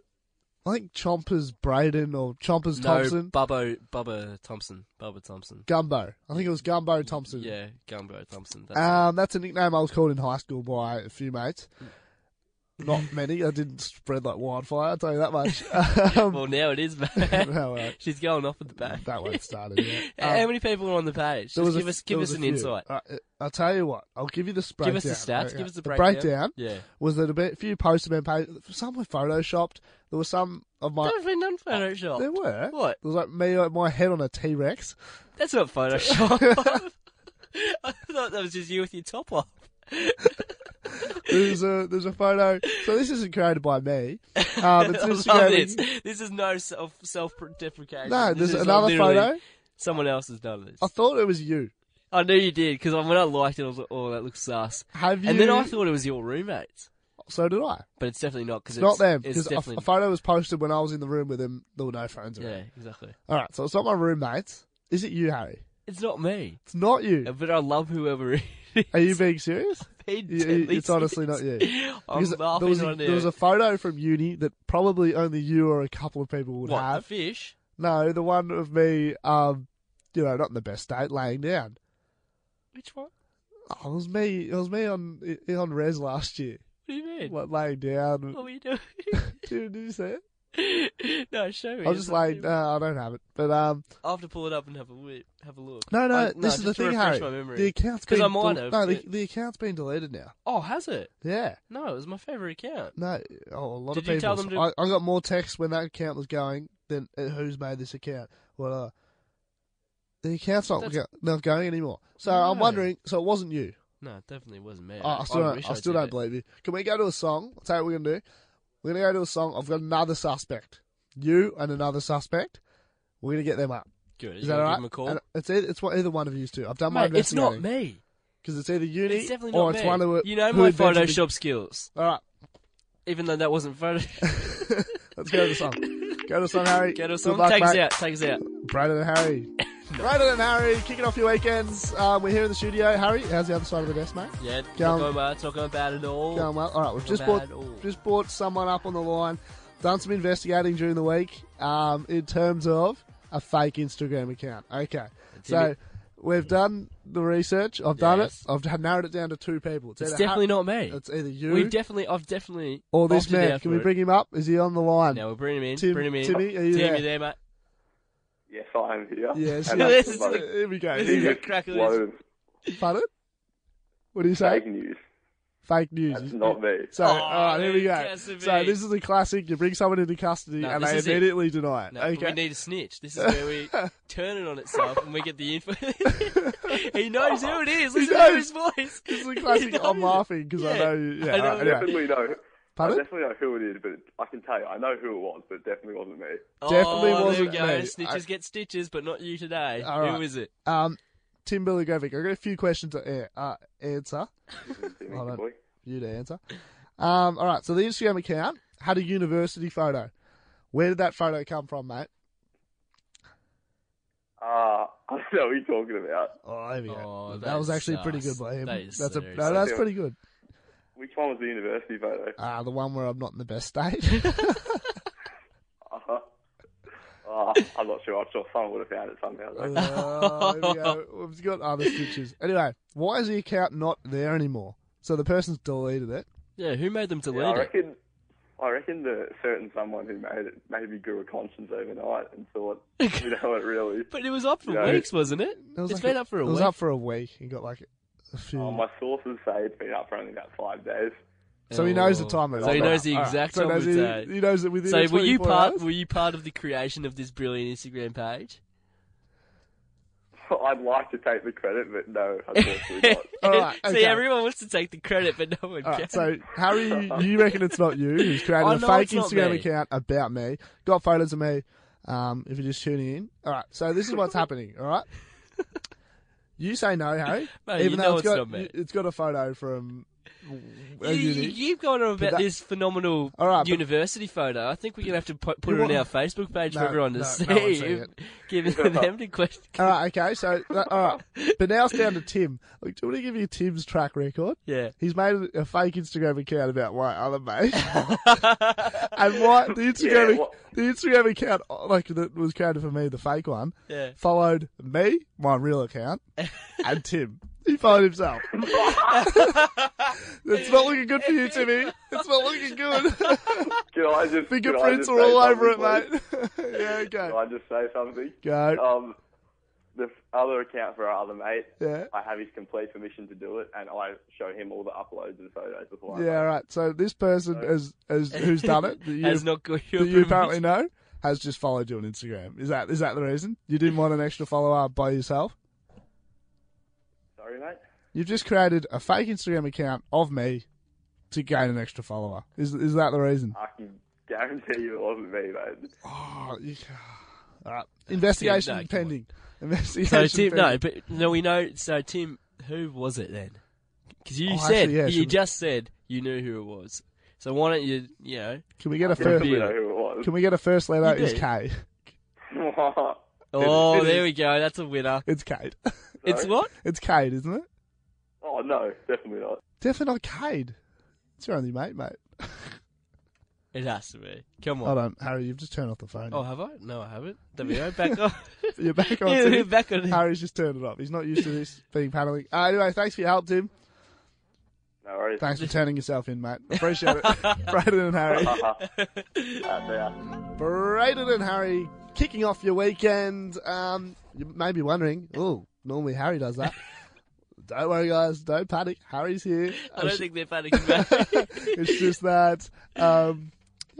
Speaker 5: I think, Chompers Braden or Chompers Thompson.
Speaker 4: No, Bubbo, Bubba Thompson. Bubba Thompson.
Speaker 5: Gumbo. I think it was Gumbo Thompson.
Speaker 4: Yeah, Gumbo Thompson. That's it.
Speaker 5: Um, that's a nickname I was called in high school by a few mates. Not many. I didn't spread like wildfire. I'll tell you that much. Um,
Speaker 4: well, now it is,
Speaker 5: No, uh,
Speaker 4: man. She's going off at the back.
Speaker 5: that won't started. yet.
Speaker 4: How
Speaker 5: Um,
Speaker 4: many people are on the page?
Speaker 5: there
Speaker 4: Just
Speaker 5: was a
Speaker 4: give
Speaker 5: f-
Speaker 4: us, give
Speaker 5: there
Speaker 4: us
Speaker 5: was a
Speaker 4: an
Speaker 5: few.
Speaker 4: insight.
Speaker 5: Uh, uh, I'll tell you what. I'll give you the breakdown.
Speaker 4: Give us the stats.
Speaker 5: Okay.
Speaker 4: Give us the
Speaker 5: The
Speaker 4: breakdown.
Speaker 5: breakdown
Speaker 4: Yeah.
Speaker 5: was that a bit, few posts have been paid. Some were photoshopped. There were some of my.
Speaker 4: I've been done Photoshop.
Speaker 5: There were.
Speaker 4: What?
Speaker 5: There was like me, like, my head on a T Rex.
Speaker 4: That's not Photoshop. I thought that was just you with your top off.
Speaker 5: There's a there's a photo. So this isn't created by me. Um, it's
Speaker 4: I love
Speaker 5: Instagram.
Speaker 4: this. This is no self self deprecation.
Speaker 5: No,
Speaker 4: this
Speaker 5: there's
Speaker 4: is
Speaker 5: another
Speaker 4: literally
Speaker 5: photo. Oh.
Speaker 4: Someone else has done this.
Speaker 5: I thought it was you.
Speaker 4: I knew you did because when I liked it, I was like, "Oh, that looks sus."
Speaker 5: Have you?
Speaker 4: And then I thought it was your roommates,
Speaker 5: So did I.
Speaker 4: but it's definitely not because it's,
Speaker 5: not them
Speaker 4: It's
Speaker 5: because a,
Speaker 4: definitely
Speaker 5: a photo was posted when I was in the room with him. There were no phones around.
Speaker 4: yeah, exactly.
Speaker 5: All right, so it's not my roommates. Is it you, Harry?
Speaker 4: It's not me,
Speaker 5: It's not you.
Speaker 4: but I love whoever. it is.
Speaker 5: Are you being serious?
Speaker 4: He
Speaker 5: You-
Speaker 4: definitely
Speaker 5: it's honestly
Speaker 4: is.
Speaker 5: not you.
Speaker 4: I'm
Speaker 5: Because
Speaker 4: laughing
Speaker 5: there was, a,
Speaker 4: on
Speaker 5: there was a photo from uni that probably only you or a couple of people would
Speaker 4: what the
Speaker 5: have.
Speaker 4: fish?
Speaker 5: no, the one of me, um, you know, not in the best state, laying down.
Speaker 4: Which one?
Speaker 5: Oh, it was me. It was me on on res last year,
Speaker 4: What do you mean?
Speaker 5: like laying down.
Speaker 4: What were you doing?
Speaker 5: Dude, did you see it?
Speaker 4: no, show me.
Speaker 5: I was just
Speaker 4: like,
Speaker 5: like, no, I don't have it. But um,
Speaker 4: I'll have to pull it up and have a whip, have a look.
Speaker 5: No, no,
Speaker 4: I-
Speaker 5: this
Speaker 4: just
Speaker 5: is
Speaker 4: to
Speaker 5: the thing,
Speaker 4: refresh
Speaker 5: Harry.
Speaker 4: My memory.
Speaker 5: The account's
Speaker 4: 'Cause
Speaker 5: been
Speaker 4: I might
Speaker 5: del-
Speaker 4: have,
Speaker 5: no, the,
Speaker 4: yeah.
Speaker 5: the account's been deleted now.
Speaker 4: oh, has it?
Speaker 5: Yeah,
Speaker 4: No, it was my favorite account.
Speaker 5: no, oh, a lot
Speaker 4: Did
Speaker 5: of people.
Speaker 4: you tell them
Speaker 5: I, I got more texts when that account was going than uh, who's made this account. Well, uh, the account's not, go-
Speaker 4: That's-
Speaker 5: not going anymore. So I'm
Speaker 4: No.
Speaker 5: wondering. So it wasn't you.
Speaker 4: No, it definitely wasn't me.
Speaker 5: Oh, I still,
Speaker 4: wish
Speaker 5: don't, I still
Speaker 4: did
Speaker 5: don't
Speaker 4: it.
Speaker 5: believe you. Can we go to a song? I'll tell you what we're gonna do. We're gonna go to a song. I've got another suspect. You and another suspect. We're gonna get them up.
Speaker 4: Good.
Speaker 5: Is that all
Speaker 4: give
Speaker 5: right?
Speaker 4: him a call?
Speaker 5: And It's either, it's what either one of you two. I've done my
Speaker 4: Mate, it's not
Speaker 5: investigating.
Speaker 4: me.
Speaker 5: Because it's either uni
Speaker 4: It's definitely
Speaker 5: or
Speaker 4: not
Speaker 5: it's
Speaker 4: me.
Speaker 5: one of
Speaker 4: you know
Speaker 5: who
Speaker 4: my
Speaker 5: invented the-
Speaker 4: Photoshop skills,
Speaker 5: All right,
Speaker 4: even though that wasn't photo.
Speaker 5: let's go to the song. go to the song, Harry.
Speaker 4: Get us
Speaker 5: Good
Speaker 4: on.
Speaker 5: luck,
Speaker 4: Take us
Speaker 5: mate.
Speaker 4: out. Take us out.
Speaker 5: Brandon and Harry. Brandon and Harry, kicking off your weekends. Uh, we're here in the studio. Harry, how's the other side of the desk, mate?
Speaker 4: Yeah, it's
Speaker 5: Go
Speaker 4: not
Speaker 5: on.
Speaker 4: going well. It's not going bad at all.
Speaker 5: Going well. All right, we've just
Speaker 4: bad
Speaker 5: brought
Speaker 4: at all.
Speaker 5: just brought someone up on the line. Done some investigating during the week um, in terms of a fake Instagram account. Okay, so
Speaker 4: it.
Speaker 5: we've done the research. I've done
Speaker 4: Yes.
Speaker 5: it. I've d- narrowed it down to two people.
Speaker 4: It's
Speaker 5: either Har-
Speaker 4: definitely not me.
Speaker 5: It's either you
Speaker 4: We've definitely, I've definitely.
Speaker 5: or this
Speaker 4: opted
Speaker 5: man.
Speaker 4: out
Speaker 5: Can
Speaker 4: for
Speaker 5: we
Speaker 4: it.
Speaker 5: bring him up? Is he on the line?
Speaker 4: No, we'll bring him in.
Speaker 5: Tim-
Speaker 4: bring him in.
Speaker 5: Timmy, are you
Speaker 4: Tim,
Speaker 5: there?
Speaker 4: you there, mate?
Speaker 9: Yes, I am here.
Speaker 5: Yes.
Speaker 9: And
Speaker 4: This
Speaker 9: that's
Speaker 4: is
Speaker 9: like
Speaker 4: a-
Speaker 5: Here we go.
Speaker 4: This
Speaker 5: Here
Speaker 4: is a
Speaker 5: we go.
Speaker 9: biggest
Speaker 4: crack of
Speaker 9: load
Speaker 4: this.
Speaker 9: of
Speaker 5: Pardon? What do you say?
Speaker 9: fake news.
Speaker 5: Fake news.
Speaker 9: That's not me.
Speaker 5: So,
Speaker 4: Oh,
Speaker 5: all right, here we go.
Speaker 4: yes, it
Speaker 5: So,
Speaker 4: is.
Speaker 5: this is a classic. You bring someone into custody
Speaker 4: No,
Speaker 5: and
Speaker 4: this
Speaker 5: they
Speaker 4: is it.
Speaker 5: immediately deny it.
Speaker 4: No, but
Speaker 5: okay.
Speaker 4: we need a snitch. This is where we turn it on itself and we get the info. he knows who it is. Listen to
Speaker 5: knows.
Speaker 4: his voice.
Speaker 5: this is a
Speaker 4: He
Speaker 5: classic.
Speaker 4: knows
Speaker 5: I'm
Speaker 4: it.
Speaker 5: laughing because I
Speaker 4: Yeah.
Speaker 5: know you. Yeah,
Speaker 4: I know
Speaker 5: all
Speaker 4: it.
Speaker 5: right, anyway.
Speaker 9: Definitely know. I
Speaker 5: Pardon?
Speaker 9: definitely know who it is, but I can tell you, I know who it was, but it definitely wasn't me.
Speaker 5: Definitely
Speaker 4: oh,
Speaker 5: wasn't
Speaker 4: there we go.
Speaker 5: me.
Speaker 4: Snitches
Speaker 5: I-
Speaker 4: get stitches, but not you today.
Speaker 5: All right.
Speaker 4: Who is it?
Speaker 5: Um, Tim Biligovic, I've got a few questions to air, uh, answer.
Speaker 9: Timmy,
Speaker 5: Hold on.
Speaker 9: boy.
Speaker 5: You to answer. Um, all right, so the Instagram account had a university photo. Where did that photo come from, mate?
Speaker 9: Uh, I don't know what you're talking about.
Speaker 5: Oh, there we go.
Speaker 4: Oh,
Speaker 5: that,
Speaker 4: that
Speaker 5: was actually pretty good
Speaker 4: sucks.
Speaker 5: by him.
Speaker 4: That is
Speaker 5: that's a,
Speaker 4: very
Speaker 5: no, that's
Speaker 9: sucks.
Speaker 5: pretty good.
Speaker 9: Which one was the university photo?
Speaker 5: Uh, the one where I'm not in the best state.
Speaker 9: Uh, uh, I'm not sure. I'm sure someone would have found it somehow. though.
Speaker 5: Uh, there we go. We've got other stitches. Anyway, why is the account not there anymore? So the person's deleted it.
Speaker 4: Yeah, who made them delete
Speaker 9: Yeah, I
Speaker 4: it?
Speaker 9: reckon. I reckon that certain someone who made it maybe grew a conscience overnight and thought, you know what, really.
Speaker 4: But it was up for
Speaker 9: Yeah.
Speaker 4: weeks, wasn't it?
Speaker 5: It was
Speaker 4: it's
Speaker 5: like
Speaker 4: been up for a
Speaker 5: it
Speaker 4: week.
Speaker 5: was up for a week. He got like a few.
Speaker 9: Oh, my sources say it's been up for only about five days.
Speaker 5: so he knows the time.
Speaker 4: So he knows the
Speaker 5: All right.
Speaker 4: exact
Speaker 5: So he
Speaker 4: time
Speaker 5: knows
Speaker 4: of
Speaker 5: he-
Speaker 4: day.
Speaker 5: He knows that within.
Speaker 4: So
Speaker 5: the
Speaker 4: were you
Speaker 5: 24
Speaker 4: part?
Speaker 5: hours-
Speaker 4: Were you part of the creation of this brilliant Instagram page?
Speaker 9: I'd like to take the credit, but no, unfortunately not.
Speaker 5: All right, okay.
Speaker 4: See, everyone wants to take the credit, but no one
Speaker 5: All
Speaker 4: can.
Speaker 5: right, so Harry, you reckon it's not you who's created
Speaker 4: I
Speaker 5: a
Speaker 4: know
Speaker 5: fake
Speaker 4: it's not
Speaker 5: Instagram
Speaker 4: me.
Speaker 5: account about me? Got photos of me. Um, if you're just tuning in, all right. So this is what's happening. All right. You say no, Harry.
Speaker 4: Mate,
Speaker 5: even
Speaker 4: you
Speaker 5: though
Speaker 4: know
Speaker 5: it's
Speaker 4: it's
Speaker 5: got
Speaker 4: not me.
Speaker 5: it's got a photo from.
Speaker 4: you,
Speaker 5: a uni.
Speaker 4: you keep going on about
Speaker 5: that-
Speaker 4: this phenomenal
Speaker 5: All right, but-
Speaker 4: university photo. I think we're gonna have to put, put
Speaker 5: You
Speaker 4: it on
Speaker 5: want-
Speaker 4: our Facebook page
Speaker 5: No,
Speaker 4: for everyone to
Speaker 5: no,
Speaker 4: see.
Speaker 5: no one's seeing it. Uh,
Speaker 4: Giving them the question.
Speaker 5: All right, okay. So, that- all right. But now it's down to Tim. Look, do you want to give you Tim's track record?
Speaker 4: Yeah.
Speaker 5: He's made a, a fake Instagram account about my other mate, and why the Instagram
Speaker 9: Yeah, what-
Speaker 5: the Instagram account like that was created for me, the fake one,
Speaker 4: Yeah.
Speaker 5: followed me, my real account, and Tim. He followed himself. it's not looking good for you, Timmy. It's not looking good.
Speaker 9: Can I just can I
Speaker 5: Fingerprints
Speaker 9: just
Speaker 5: are
Speaker 9: say
Speaker 5: all over it,
Speaker 9: something, please?
Speaker 5: mate. yeah,
Speaker 9: Can
Speaker 5: go,
Speaker 9: I just say something?
Speaker 5: go.
Speaker 9: Um, the f- other account for our other mate,
Speaker 5: Yeah.
Speaker 9: I have his complete permission to do it, and I show him all the uploads and photos before. I
Speaker 5: Yeah, all right. So this person has, has who's done it that you,
Speaker 4: Has not got your
Speaker 5: that you
Speaker 4: permission.
Speaker 5: apparently know has just followed you on Instagram. Is that is that the reason you didn't want an extra follower by yourself?
Speaker 9: Sorry, mate.
Speaker 5: You've just created a fake Instagram account of me to gain an extra follower. Is is that the reason?
Speaker 9: I can guarantee you it wasn't me, mate.
Speaker 5: Oh, you- all right. Investigation
Speaker 4: no, come
Speaker 5: pending. Investigation.
Speaker 4: So Tim,
Speaker 5: pending.
Speaker 4: no, but no, we know. So Tim, who was it then? Because you
Speaker 5: Oh,
Speaker 4: said
Speaker 5: actually, yeah,
Speaker 4: you
Speaker 5: should-
Speaker 4: just said you knew who it was. So why don't you, you know?
Speaker 5: Can we get a first?
Speaker 9: Definitely know who it was.
Speaker 5: Can we get a first letter?
Speaker 4: You
Speaker 5: It's
Speaker 4: do.
Speaker 5: K.
Speaker 4: Oh,
Speaker 9: it
Speaker 4: there
Speaker 9: is.
Speaker 4: we go. That's a winner.
Speaker 5: It's Cade.
Speaker 4: It's what?
Speaker 5: It's Cade, isn't it?
Speaker 9: oh no, definitely not.
Speaker 5: Definitely not Cade. It's your only mate, mate.
Speaker 4: It has to be. Come on.
Speaker 5: Hold on, Harry. You've just turned off the phone.
Speaker 4: Oh, have I? No, I haven't. There we go. Back on.
Speaker 5: You're back on.
Speaker 4: Yeah,
Speaker 5: Tim.
Speaker 4: we're back on.
Speaker 5: Harry's just turned it off. He's not used to this being paneling. Uh, anyway, thanks for your help, Tim.
Speaker 9: No worries.
Speaker 5: Thanks for turning yourself in, mate. Appreciate it. Braden and Harry.
Speaker 9: Out Uh, there.
Speaker 5: Braden and Harry kicking off your weekend. Um, you may be wondering, oh, normally Harry does that. don't worry, guys. Don't panic. Harry's here.
Speaker 4: I don't
Speaker 5: It's-
Speaker 4: think they're panicking. mate.
Speaker 5: it's just that.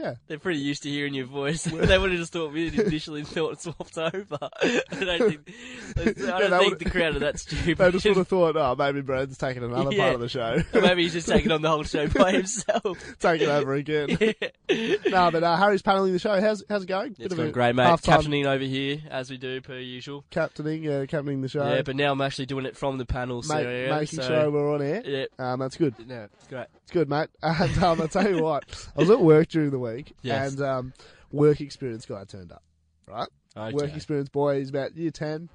Speaker 5: Um,
Speaker 4: they're pretty used to hearing your voice. they would have just thought we initially thought swapped over. I don't think. I
Speaker 5: Yeah,
Speaker 4: don't
Speaker 5: that
Speaker 4: think
Speaker 5: would-
Speaker 4: the crowd are that stupid.
Speaker 5: they just would have thought, oh, maybe Braden's taking another
Speaker 4: Yeah.
Speaker 5: part of the show,
Speaker 4: Or maybe he's just taking on the whole show by himself.
Speaker 5: taking over again.
Speaker 4: Yeah.
Speaker 5: no, but uh, Harry's paneling the show. How's how's it going?
Speaker 4: It's
Speaker 5: Bit of
Speaker 4: going
Speaker 5: a
Speaker 4: great, mate.
Speaker 5: half-time
Speaker 4: Captioning over here, as we do per usual.
Speaker 5: captaining, uh, captaining the show.
Speaker 4: yeah, but now I'm actually doing it from the panel, so,
Speaker 5: Ma-
Speaker 4: yeah,
Speaker 5: making
Speaker 4: so-
Speaker 5: sure we're on air.
Speaker 4: Yeah.
Speaker 5: Um, that's good.
Speaker 4: No, it's great.
Speaker 5: It's good, mate. And um, I'll tell you what, I was at work during the week,
Speaker 4: Yes.
Speaker 5: and um, work experience guy turned up. Right,
Speaker 4: Okay.
Speaker 5: work experience boy. He's about year ten,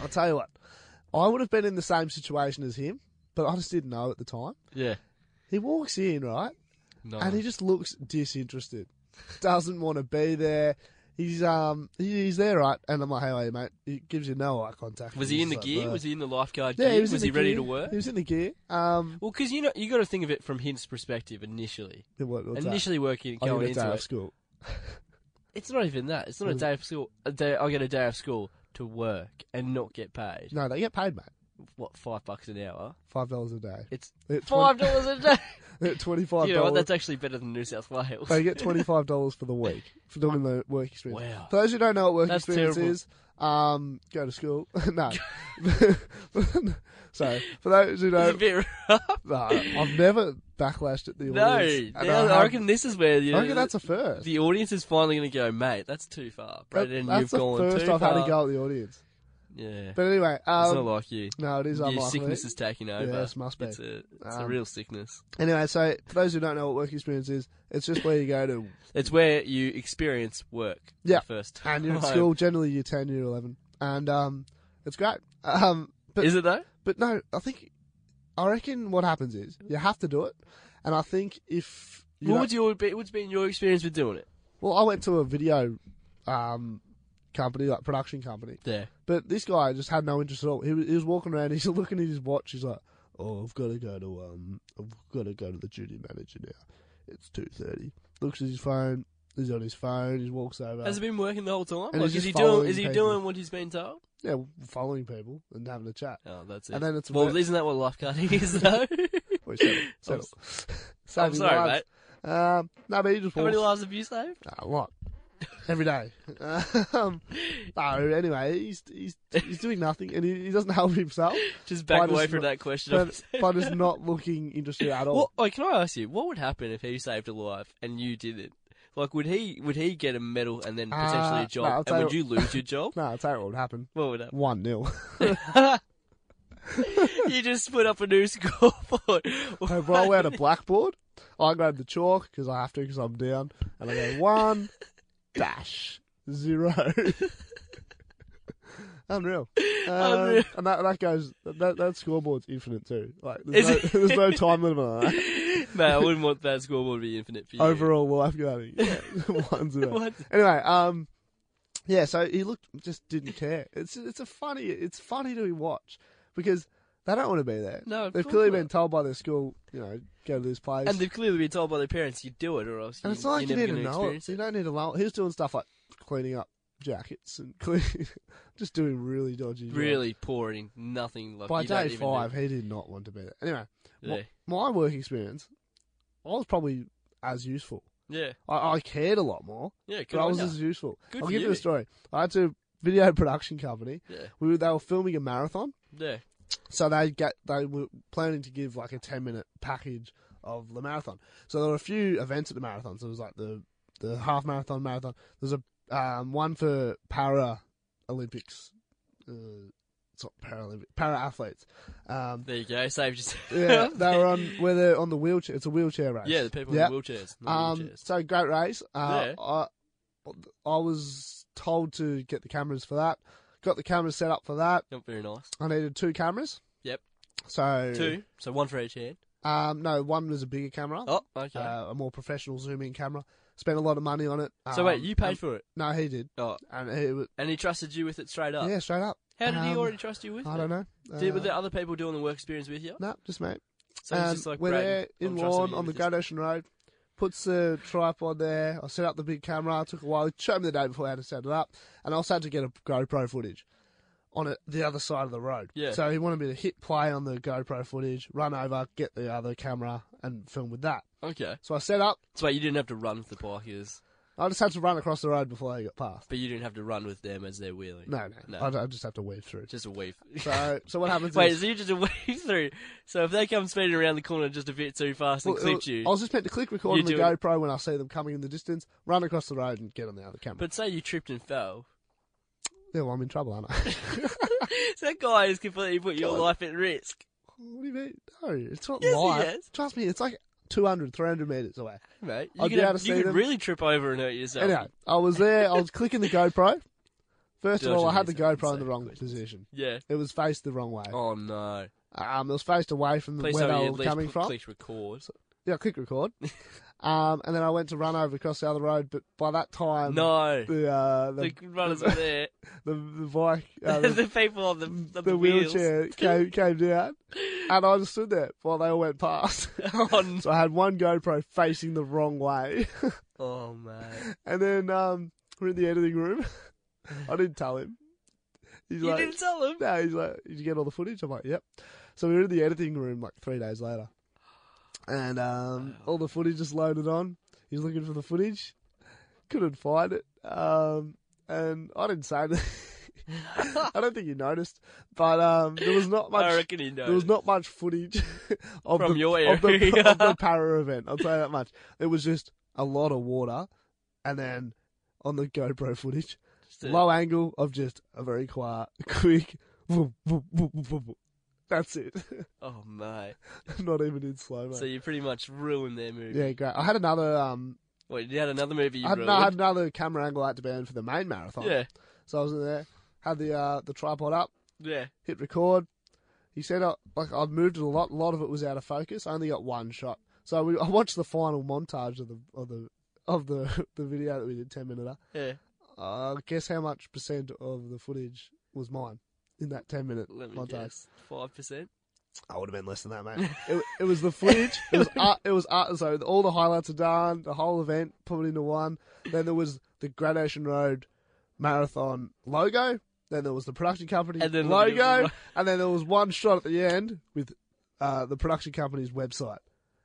Speaker 5: I'll tell you what, I would have been in the same situation as him, but I just didn't know at the time.
Speaker 4: Yeah.
Speaker 5: He walks in, right?
Speaker 4: No.
Speaker 5: and he just looks disinterested. Doesn't want to be there. He's um he- he's there right, and I'm like, hey, hey mate, he gives you no eye contact.
Speaker 4: was he in the
Speaker 5: He's just
Speaker 4: gear?
Speaker 5: like,
Speaker 4: Was he in the lifeguard
Speaker 5: "Bruh." Yeah,
Speaker 4: gear?
Speaker 5: he
Speaker 4: was
Speaker 5: was. in
Speaker 4: he
Speaker 5: the
Speaker 4: ready
Speaker 5: gear.
Speaker 4: to work?
Speaker 5: He was in the gear. Um,
Speaker 4: Well, because you know you got to think of it from his perspective initially.
Speaker 5: it wa- what's that?
Speaker 4: initially working
Speaker 5: I
Speaker 4: going
Speaker 5: need a day Mm.
Speaker 4: into
Speaker 5: off
Speaker 4: it,
Speaker 5: school.
Speaker 4: it's not even that. It's not a day of school. A day I get a day of school to work and not get paid.
Speaker 5: No, they get paid, mate.
Speaker 4: What five bucks an hour?
Speaker 5: Five dollars a day.
Speaker 4: It's
Speaker 5: At
Speaker 4: five dollars a day.
Speaker 5: Twenty five
Speaker 4: you know what?
Speaker 5: dollars.
Speaker 4: That's actually better than New South Wales.
Speaker 5: They get twenty five dollars for the week for doing the work experience.
Speaker 4: Wow.
Speaker 5: For those who don't know what work
Speaker 4: That's
Speaker 5: experience
Speaker 4: terrible.
Speaker 5: is, um, go to school. no. Sorry. For those who
Speaker 4: It's a
Speaker 5: don't
Speaker 4: bit rough.
Speaker 5: No, I've never backlashed at the
Speaker 4: No,
Speaker 5: audience. And
Speaker 4: now I,
Speaker 5: have-
Speaker 4: reckon this is where you
Speaker 5: I reckon that's a first.
Speaker 4: the audience is finally going to go, mate. That's too far,
Speaker 5: That-
Speaker 4: Braden.
Speaker 5: that's
Speaker 4: you've
Speaker 5: the
Speaker 4: gone
Speaker 5: first
Speaker 4: too
Speaker 5: I've
Speaker 4: far.
Speaker 5: had a go at the audience.
Speaker 4: Yeah,
Speaker 5: But anyway,
Speaker 4: it's not
Speaker 5: um,
Speaker 4: like you.
Speaker 5: no, it is
Speaker 4: Your
Speaker 5: unlikely.
Speaker 4: sickness is taking over.
Speaker 5: Yes, must be.
Speaker 4: It's a, it's a
Speaker 5: Um,
Speaker 4: real sickness.
Speaker 5: Anyway, so for those who don't know what work experience is, it's just where you go to,
Speaker 4: It's where you experience work.
Speaker 5: Yeah.
Speaker 4: the first time.
Speaker 5: and you're at school generally year ten, year eleven, and um, it's great. Um, but
Speaker 4: Is it though?
Speaker 5: But no, I think I reckon what happens is you have to do it, and I think if you
Speaker 4: what
Speaker 5: don't-
Speaker 4: would your be? What's been your experience with doing it?
Speaker 5: well, I went to a video um, company, like production company,
Speaker 4: Yeah.
Speaker 5: but this guy just had no interest at all. He was, he was walking around, he's looking at his watch, he's like, "Oh, I've got to go to um, I've got to go to the duty manager now. It's two thirty. Looks at his phone. He's on his phone. He walks over.
Speaker 4: Has it been working the whole time?
Speaker 5: And
Speaker 4: Like,
Speaker 5: he's
Speaker 4: is
Speaker 5: just
Speaker 4: he doing?
Speaker 5: following
Speaker 4: Is he
Speaker 5: people.
Speaker 4: doing what he's been told?
Speaker 5: yeah, following people and having a chat.
Speaker 4: Oh, that's it.
Speaker 5: And then it's a
Speaker 4: well,
Speaker 5: bit-
Speaker 4: isn't that what lifeguarding is though?
Speaker 5: Wait, settle, settle.
Speaker 4: I'm
Speaker 5: Saving
Speaker 4: sorry,
Speaker 5: lives. Um, no, but he just
Speaker 4: mate. How
Speaker 5: walks.
Speaker 4: many lives have you saved?
Speaker 5: A lot. Every day. um, no, anyway, he's, he's, he's doing nothing and he, he doesn't help himself
Speaker 4: Just back
Speaker 5: By just
Speaker 4: away from
Speaker 5: not-
Speaker 4: that question.
Speaker 5: but, but is not looking interested at all.
Speaker 4: What, wait, can I ask you? What would happen if he saved a life and you didn't? Like, would he would he get a medal and then potentially
Speaker 5: Uh,
Speaker 4: a
Speaker 5: no,
Speaker 4: job?
Speaker 5: I'll
Speaker 4: and
Speaker 5: tell
Speaker 4: would
Speaker 5: you-
Speaker 4: you lose your job?
Speaker 5: No, I'll tell you what would happen.
Speaker 4: What would happen?
Speaker 5: 1 0.
Speaker 4: you just put up a new scoreboard.
Speaker 5: Have I had a blackboard? I grab the chalk because I have to because I'm down. And I go 1 dash 0. Unreal. Um,
Speaker 4: Unreal.
Speaker 5: And that, that goes, that, that scoreboard's infinite too. Like,
Speaker 4: Is
Speaker 5: there's, no,
Speaker 4: it-
Speaker 5: there's no time limit on that.
Speaker 4: Man, I wouldn't want that scoreboard to be infinite for you.
Speaker 5: overall lifeguarding. Yeah. One's enough.
Speaker 4: What?
Speaker 5: Anyway, um, yeah. So he looked, just didn't care. It's it's a funny, it's funny to watch because they don't want to be there.
Speaker 4: No, of
Speaker 5: they've
Speaker 4: course
Speaker 5: clearly
Speaker 4: not.
Speaker 5: been told by their school, you know, go to this place.
Speaker 4: And they've clearly been told by their parents, you do it or else
Speaker 5: And
Speaker 4: you,
Speaker 5: it's not like you
Speaker 4: you're
Speaker 5: need
Speaker 4: never
Speaker 5: to
Speaker 4: going to
Speaker 5: know it.
Speaker 4: experience
Speaker 5: So
Speaker 4: it.
Speaker 5: you don't need to know. it. He was doing stuff like cleaning up jackets and cleaning, just doing really dodgy. jobs.
Speaker 4: Really pouring nothing. Like,
Speaker 5: By
Speaker 4: you don't
Speaker 5: day
Speaker 4: even
Speaker 5: five,
Speaker 4: know.
Speaker 5: he did not want to be there. Anyway,
Speaker 4: Yeah.
Speaker 5: my my work experience, I was probably as useful.
Speaker 4: Yeah,
Speaker 5: I, I cared a lot more.
Speaker 4: yeah,
Speaker 5: But
Speaker 4: good
Speaker 5: I
Speaker 4: on
Speaker 5: was
Speaker 4: ya.
Speaker 5: as useful.
Speaker 4: Good
Speaker 5: I'll
Speaker 4: for
Speaker 5: give
Speaker 4: you.
Speaker 5: you a story. I had to video production company.
Speaker 4: Yeah.
Speaker 5: We were, they were filming a marathon,
Speaker 4: Yeah,
Speaker 5: so they get they were planning to give like a ten minute package of the marathon. So there were a few events at the marathon. So it was like the the half marathon, marathon. There's a um, one for para Olympics. Uh, it's not Paralympic, para athletes. Um,
Speaker 4: there you go. Saved yourself.
Speaker 5: yeah, they were on where they're on the wheelchair. It's a wheelchair race.
Speaker 4: Yeah, the people
Speaker 5: Yep.
Speaker 4: in the wheelchairs. Not
Speaker 5: Um,
Speaker 4: wheelchairs.
Speaker 5: so great race. Uh,
Speaker 4: Yeah.
Speaker 5: I, I was told to get the cameras for that. Got the cameras set up for that.
Speaker 4: Not very nice.
Speaker 5: I needed two cameras.
Speaker 4: Yep.
Speaker 5: So
Speaker 4: Two. So one for each hand.
Speaker 5: Um, no, one was a bigger camera.
Speaker 4: Oh, okay.
Speaker 5: Uh, a more professional zoom in camera. Spent a lot of money on it.
Speaker 4: so
Speaker 5: Um,
Speaker 4: wait, you paid
Speaker 5: and-
Speaker 4: for it.
Speaker 5: No, he did.
Speaker 4: Oh,
Speaker 5: And he was,
Speaker 4: and he trusted you with it straight up.
Speaker 5: yeah, straight up.
Speaker 4: Uh, How did he
Speaker 5: Um,
Speaker 4: already trust you with
Speaker 5: I
Speaker 4: it?
Speaker 5: don't know.
Speaker 4: Did
Speaker 5: Uh,
Speaker 4: were there other people doing the work experience with you?
Speaker 5: No, just mate.
Speaker 4: So it's
Speaker 5: Um,
Speaker 4: just like
Speaker 5: we're
Speaker 4: Braden,
Speaker 5: there
Speaker 4: I'm
Speaker 5: in
Speaker 4: trusting
Speaker 5: Lawn
Speaker 4: you
Speaker 5: on the
Speaker 4: with
Speaker 5: Great
Speaker 4: this.
Speaker 5: Ocean Road. Puts the tripod there. I set up the big camera. It took a while. He showed me the day before how to set it up, and I also had to get a GoPro footage on it, the other side of the road.
Speaker 4: Yeah.
Speaker 5: So he wanted me to hit play on the GoPro footage, run over, get the other camera, and film with that.
Speaker 4: Okay.
Speaker 5: So I set up.
Speaker 4: So wait, you didn't have to run with the bikers,
Speaker 5: I just had to run across the road before I got past.
Speaker 4: but you didn't have to run with them as they're wheeling.
Speaker 5: No, no,
Speaker 4: No.
Speaker 5: I, I just have to weave through.
Speaker 4: Just a weave.
Speaker 5: So, so what happens?
Speaker 4: Wait,
Speaker 5: is,
Speaker 4: so you just a weave through. So if they come speeding around the corner just a bit too fast and
Speaker 5: Well,
Speaker 4: clipped you,
Speaker 5: I was just meant to click record
Speaker 4: You
Speaker 5: on the
Speaker 4: do it.
Speaker 5: GoPro when I see them coming in the distance, run across the road, and get on the other camera.
Speaker 4: but say you tripped and fell,
Speaker 5: yeah, well, I'm in trouble, aren't I?
Speaker 4: so that guy has completely put your life at risk.
Speaker 5: What do you mean? No, it's not
Speaker 4: Yes, it
Speaker 5: live.
Speaker 4: is.
Speaker 5: Trust me, it's like 200, 300 metres away.
Speaker 4: Mate, you
Speaker 5: I'd
Speaker 4: could,
Speaker 5: be
Speaker 4: have-
Speaker 5: able to
Speaker 4: you
Speaker 5: see
Speaker 4: could
Speaker 5: them.
Speaker 4: really trip over and hurt yourself.
Speaker 5: Anyway, I was there, I was clicking the GoPro, First of
Speaker 4: Dodging
Speaker 5: all, I had the
Speaker 4: these ones,
Speaker 5: GoPro in
Speaker 4: so
Speaker 5: the wrong
Speaker 4: questions.
Speaker 5: position.
Speaker 4: Yeah.
Speaker 5: It was faced the wrong way.
Speaker 4: Oh no.
Speaker 5: Um, it was faced away from
Speaker 4: Please
Speaker 5: where
Speaker 4: tell
Speaker 5: they
Speaker 4: me you
Speaker 5: were
Speaker 4: at least,
Speaker 5: coming
Speaker 4: put-
Speaker 5: from.
Speaker 4: please record.
Speaker 5: Yeah, click record. um, and then I went to run over across the other road, but by that time,
Speaker 4: No. The,
Speaker 5: um, the, uh, the,
Speaker 4: runners were there.
Speaker 5: the, the bike, uh,
Speaker 4: the
Speaker 5: the,
Speaker 4: people on the, on
Speaker 5: the
Speaker 4: wheels.
Speaker 5: wheelchair came, came down, and I just stood there while they all went past.
Speaker 4: Oh, no.
Speaker 5: so I had one GoPro facing the wrong way,
Speaker 4: Oh, mate.
Speaker 5: and then um, we're in the editing room. I didn't tell him. He's
Speaker 4: You didn't tell him.
Speaker 5: No, he's like, did you get all the footage? I'm like, yep. So we were in the editing room like three days later, and um, all the footage is loaded on. He's looking for the footage, couldn't find it, um, and I didn't say anything. I don't think you noticed, but um, there was not much.
Speaker 4: I reckon he
Speaker 5: There was
Speaker 4: knows.
Speaker 5: not much footage of
Speaker 4: From
Speaker 5: the,
Speaker 4: your
Speaker 5: of the,
Speaker 4: area.
Speaker 5: of the para event. I'll tell you that much. It was just a lot of water, and then on the GoPro footage,
Speaker 4: a-
Speaker 5: low angle of just a very quiet, quick. vroom, vroom, vroom, vroom, vroom. That's it.
Speaker 4: Oh, mate.
Speaker 5: Not even in slow mo.
Speaker 4: So you pretty much ruined their movie.
Speaker 5: yeah, great. I had another. Um,
Speaker 4: Wait, you had another movie you
Speaker 5: I had,
Speaker 4: ruined?
Speaker 5: no, I had another camera angle out to burn for the main marathon.
Speaker 4: yeah,
Speaker 5: So I was in there, had the uh, the tripod up,
Speaker 4: yeah.
Speaker 5: hit record. He said, uh, like, I've moved it a lot. A lot of it was out of focus. I only got one shot. So we, I watched the final montage of the of the of the the video that we did ten minute.
Speaker 4: Yeah.
Speaker 5: Uh, guess how much percent of the footage was mine in that ten minute
Speaker 4: Let me
Speaker 5: montage?
Speaker 4: guess. Five percent.
Speaker 5: I would have been less than that, mate. it, it was the footage. It was art, it was art. So all the highlights are done. The whole event put into one. Then there was the Gradation Road Marathon logo. Then there was the production company
Speaker 4: And then the-
Speaker 5: logo, and then there was one shot at the end with uh, the production company's website,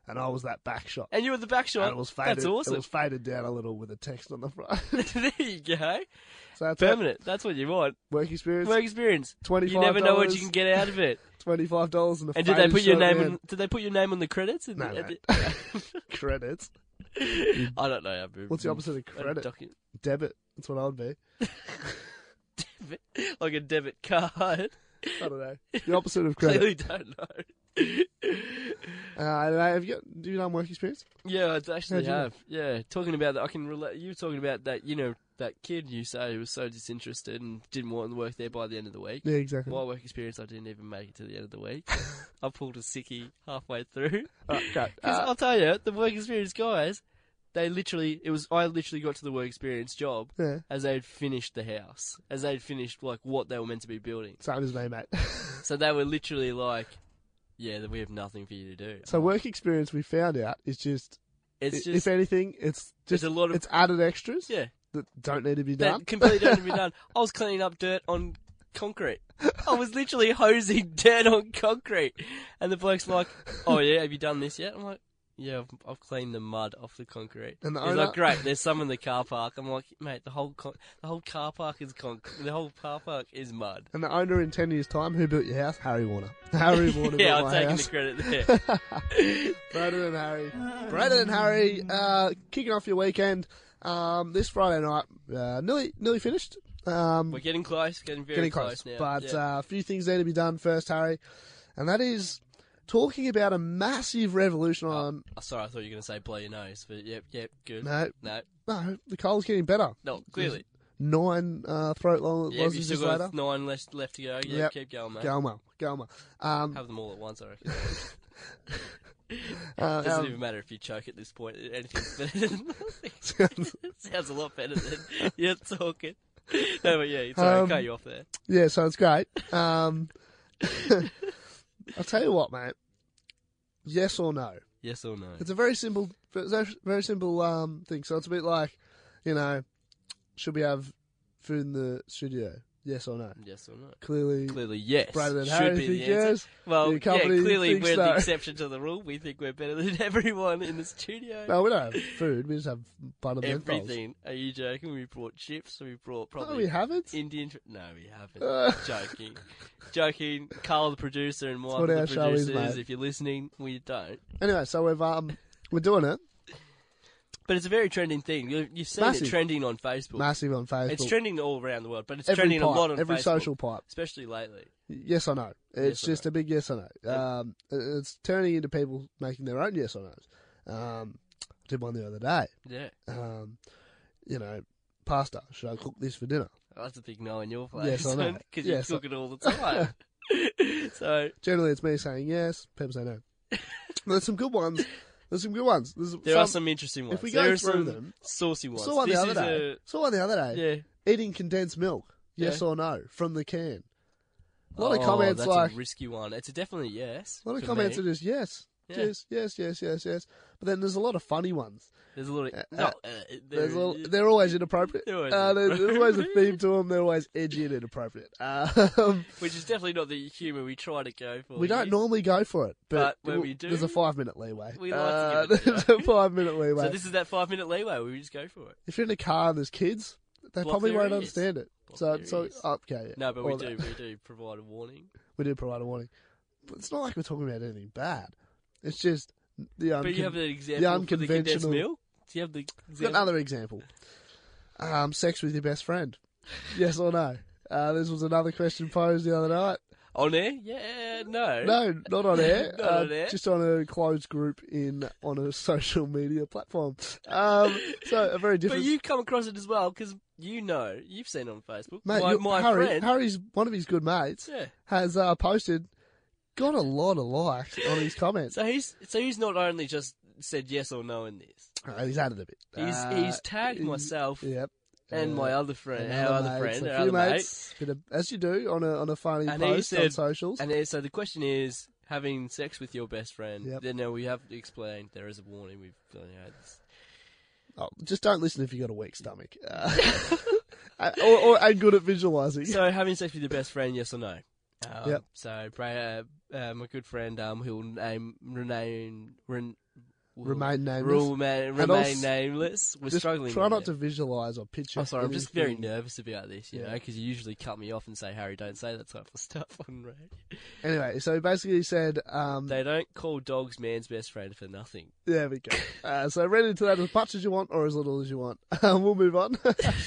Speaker 5: and I was that back shot.
Speaker 4: And you were the back shot.
Speaker 5: And it was faded.
Speaker 4: That's awesome.
Speaker 5: It was faded down a little with a text on the front.
Speaker 4: there you go.
Speaker 5: so that's it.
Speaker 4: Permanent. That's what you want.
Speaker 5: work experience.
Speaker 4: Work experience. You
Speaker 5: $25.
Speaker 4: never know what you can get out of it.
Speaker 5: Twenty five dollars and a
Speaker 4: And did they
Speaker 5: faded
Speaker 4: put your
Speaker 5: shot
Speaker 4: name?
Speaker 5: down.
Speaker 4: On, did they put your name on the credits? In
Speaker 5: No,
Speaker 4: the, at
Speaker 5: mate.
Speaker 4: the-
Speaker 5: credits?
Speaker 4: I don't know. I've
Speaker 5: What's the opposite of credit? Debit. That's what I would be.
Speaker 4: like a debit card.
Speaker 5: I don't know. The opposite of credit.
Speaker 4: Clearly don't know.
Speaker 5: Uh, I don't know. have you got, do you know work experience?
Speaker 4: yeah, I actually
Speaker 5: How'd you know?
Speaker 4: have. Yeah, talking about that, I can relate. You were talking about that, you know, that kid you say who was so disinterested and didn't want to work there by the end of the week.
Speaker 5: Yeah, exactly.
Speaker 4: My work experience, I didn't even make it to the end of the week. I pulled a sickie halfway through.
Speaker 5: Oh, great.
Speaker 4: 'Cause
Speaker 5: Uh,
Speaker 4: I'll tell you, the work experience guys, they literally, it was, I literally got to the work experience job
Speaker 5: Yeah.
Speaker 4: as they had finished the house, as they had finished like what they were meant to be building.
Speaker 5: same as me, mate.
Speaker 4: So they were literally like, yeah, then we have nothing for you to do.
Speaker 5: so work experience we found out is just,
Speaker 4: It's
Speaker 5: i-
Speaker 4: just,
Speaker 5: if anything, it's just
Speaker 4: a lot of-
Speaker 5: it's added extras
Speaker 4: yeah,
Speaker 5: that don't need to be done.
Speaker 4: that completely don't be done. I was cleaning up dirt on concrete. I was literally hosing dirt on concrete, and the bloke's like, "Oh yeah, have you done this yet?" I'm like, "Yeah, I've, I've cleaned the mud off the concrete."
Speaker 5: And the
Speaker 4: He's
Speaker 5: owner-
Speaker 4: like, "Great, there's some in the car park." I'm like, "Mate, the whole con- the whole car park is concrete. The whole car park is mud."
Speaker 5: and the owner in ten years' time, who built your house? Harry Warner. Harry Warner
Speaker 4: yeah, I'm
Speaker 5: built my
Speaker 4: taking
Speaker 5: house.
Speaker 4: the credit there.
Speaker 5: Braden and Harry. Braden and Harry, uh, kicking off your weekend um, this Friday night. Uh, nearly, nearly finished. Um,
Speaker 4: We're getting close, getting very
Speaker 5: getting
Speaker 4: close,
Speaker 5: close.
Speaker 4: now.
Speaker 5: But
Speaker 4: yeah.
Speaker 5: uh, a few things need to be done first, Harry, and that is talking about a massive revolution on.
Speaker 4: Oh, sorry, I thought you were going to say blow your nose, but yep, yep, good.
Speaker 5: No.
Speaker 4: no,
Speaker 5: No, the coal's getting better.
Speaker 4: no, clearly.
Speaker 5: Nine uh, throat lo-
Speaker 4: Yeah, you
Speaker 5: lozenges
Speaker 4: still got
Speaker 5: later.
Speaker 4: nine left left to go. Yeah,
Speaker 5: Yep.
Speaker 4: keep going, mate.
Speaker 5: Going well, going well. Um,
Speaker 4: Have them all at once, I reckon.
Speaker 5: uh,
Speaker 4: Doesn't
Speaker 5: um,
Speaker 4: even matter if you choke at this point. Anything's better than nothing. Sounds a lot better than you're talking. No, but yeah, sorry,
Speaker 5: Um,
Speaker 4: I cut you off there.
Speaker 5: yeah, so it's great. Um, I'll tell you what, mate. Yes or no?
Speaker 4: Yes or no?
Speaker 5: It's a very simple, very simple um, thing. So it's a bit like, you know, should we have food in the studio? Yes or no?
Speaker 4: Yes or no?
Speaker 5: Clearly,
Speaker 4: Clearly, yes.
Speaker 5: Brother than
Speaker 4: Should
Speaker 5: Harry
Speaker 4: be the
Speaker 5: think
Speaker 4: answer.
Speaker 5: yes.
Speaker 4: Well,
Speaker 5: Your
Speaker 4: yeah,
Speaker 5: company
Speaker 4: clearly
Speaker 5: thinks
Speaker 4: we're
Speaker 5: no.
Speaker 4: the exception to the rule. We think we're better than everyone in the studio.
Speaker 5: No, we don't have food. We just have butter menthols.
Speaker 4: Everything. Are you joking? We brought chips. We brought probably.
Speaker 5: No, we haven't.
Speaker 4: Indian. Tr- no, we haven't.
Speaker 5: Uh.
Speaker 4: joking, joking. Carl, the producer, and Michael,
Speaker 5: what
Speaker 4: the
Speaker 5: our show is,
Speaker 4: producers.
Speaker 5: mate.
Speaker 4: if you're listening, we don't.
Speaker 5: Anyway, so we've um we're doing it
Speaker 4: But it's a very trending thing. You- You've seen
Speaker 5: Massive.
Speaker 4: it trending on Facebook.
Speaker 5: massive on Facebook.
Speaker 4: It's trending all around the world, but it's
Speaker 5: Every
Speaker 4: trending
Speaker 5: pipe,
Speaker 4: a lot on
Speaker 5: every
Speaker 4: Facebook,
Speaker 5: social pipe.
Speaker 4: especially lately.
Speaker 5: Yes or no? It's
Speaker 4: Yes or
Speaker 5: just a big yes or no. Um, it- it's turning into people making their own yes or nos. Um, I did one the other day.
Speaker 4: Yeah.
Speaker 5: Um, you know, pasta. Should I cook this for dinner?
Speaker 4: That's a big no in your place.
Speaker 5: Yes, I know.
Speaker 4: Because
Speaker 5: Yes, I-
Speaker 4: you cook it all the time. so
Speaker 5: Generally, it's me saying yes, Pam say no. There's some good ones. There's some good ones. There's
Speaker 4: there are some interesting ones.
Speaker 5: we go
Speaker 4: there are
Speaker 5: through
Speaker 4: some
Speaker 5: them-
Speaker 4: saucy ones.
Speaker 5: Saw one
Speaker 4: this
Speaker 5: the other
Speaker 4: is
Speaker 5: day. Saw one the other
Speaker 4: a
Speaker 5: day.
Speaker 4: yeah.
Speaker 5: Eating condensed milk, yes
Speaker 4: Yeah.
Speaker 5: or no, from the can. A lot of
Speaker 4: Oh,
Speaker 5: comments
Speaker 4: that's
Speaker 5: like
Speaker 4: a risky one. It's a definitely yes.
Speaker 5: a lot of
Speaker 4: for
Speaker 5: comments
Speaker 4: me.
Speaker 5: are just yes,
Speaker 4: Yeah.
Speaker 5: yes, yes, yes, yes, yes. But then there's a lot of funny ones.
Speaker 4: There's a lot of
Speaker 5: uh,
Speaker 4: no.
Speaker 5: uh,
Speaker 4: Uh,
Speaker 5: There's
Speaker 4: there-
Speaker 5: a lot, they're always inappropriate.
Speaker 4: They're always
Speaker 5: Uh, there's, there's always a theme to them. They're always edgy and inappropriate. Um,
Speaker 4: which is definitely not the humour we try to go for.
Speaker 5: we don't
Speaker 4: here.
Speaker 5: normally go for it, but,
Speaker 4: But when we do,
Speaker 5: there's a five minute leeway. Uh,
Speaker 4: we like to give it a
Speaker 5: there's
Speaker 4: go.
Speaker 5: a five minute leeway.
Speaker 4: So this is that five minute leeway. where We just go for it.
Speaker 5: if you're in a car and there's kids, they
Speaker 4: Block
Speaker 5: probably
Speaker 4: their
Speaker 5: won't
Speaker 4: ears.
Speaker 5: understand it.
Speaker 4: Block
Speaker 5: So,
Speaker 4: their
Speaker 5: so oh,
Speaker 4: ears.
Speaker 5: okay. yeah.
Speaker 4: No, but we
Speaker 5: All
Speaker 4: do.
Speaker 5: that.
Speaker 4: We do provide a warning.
Speaker 5: We do provide a warning, but it's not like we're talking about anything bad. It's just the um, uncon-
Speaker 4: but you have an example for the condensed
Speaker 5: unconventional-
Speaker 4: milk. Do you have the
Speaker 5: Got
Speaker 4: example?
Speaker 5: another example. Um, sex with your best friend. Yes or no? Uh, this was another question posed the other night.
Speaker 4: on air? Oh, Yeah, no,
Speaker 5: No, not on air.
Speaker 4: Not
Speaker 5: uh,
Speaker 4: on air.
Speaker 5: Just on a closed group in on a social media platform. Um, so a very
Speaker 4: But
Speaker 5: different.
Speaker 4: you come across it as well because you know you've seen it on Facebook.
Speaker 5: Mate,
Speaker 4: my
Speaker 5: your-
Speaker 4: my
Speaker 5: Harry,
Speaker 4: friend.
Speaker 5: Harry's one of his good mates
Speaker 4: Yeah.
Speaker 5: has uh, posted, got a lot of likes on his comments.
Speaker 4: So he's so he's not only just said yes or no in this.
Speaker 5: Uh, he's added a bit.
Speaker 4: He's
Speaker 5: Uh,
Speaker 4: he's tagged
Speaker 5: he's-
Speaker 4: myself
Speaker 5: Yep.
Speaker 4: and
Speaker 5: Uh,
Speaker 4: my other friend,
Speaker 5: and
Speaker 4: our other
Speaker 5: mates,
Speaker 4: friend,
Speaker 5: a
Speaker 4: our
Speaker 5: few
Speaker 4: other mate.
Speaker 5: mates, bit of, as you do on a on a funny
Speaker 4: And he
Speaker 5: post on
Speaker 4: said-
Speaker 5: socials.
Speaker 4: And then, so the question is having sex with your best friend.
Speaker 5: Yep.
Speaker 4: Then now we have to explain there is a warning. We've you know, it's-
Speaker 5: Oh, just don't listen if you got a weak stomach, uh, or, or and good at visualizing.
Speaker 4: so having sex with your best friend, yes or no? Um,
Speaker 5: Yep.
Speaker 4: So Bray, uh, uh, my good friend, um, who'll name remain ren, will-
Speaker 5: Remain nameless.
Speaker 4: rule ma- remain
Speaker 5: also-
Speaker 4: nameless. We're
Speaker 5: just
Speaker 4: struggling.
Speaker 5: try
Speaker 4: with
Speaker 5: not
Speaker 4: it.
Speaker 5: to visualize or picture.
Speaker 4: I'm sorry, I'm just very
Speaker 5: anything.
Speaker 4: nervous about this, you know,
Speaker 5: Yeah.
Speaker 4: 'cause you usually cut me off and say, Harry, don't say that type of stuff on radio.
Speaker 5: Anyway, so basically he said, um,
Speaker 4: They don't call dogs man's best friend for nothing.
Speaker 5: there we go. Uh, so read into that as much as you want or as little as you want. Um, we'll move on.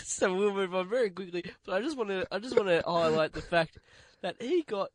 Speaker 4: so we'll move on very quickly, but I just want to, I just want to highlight the fact that he got,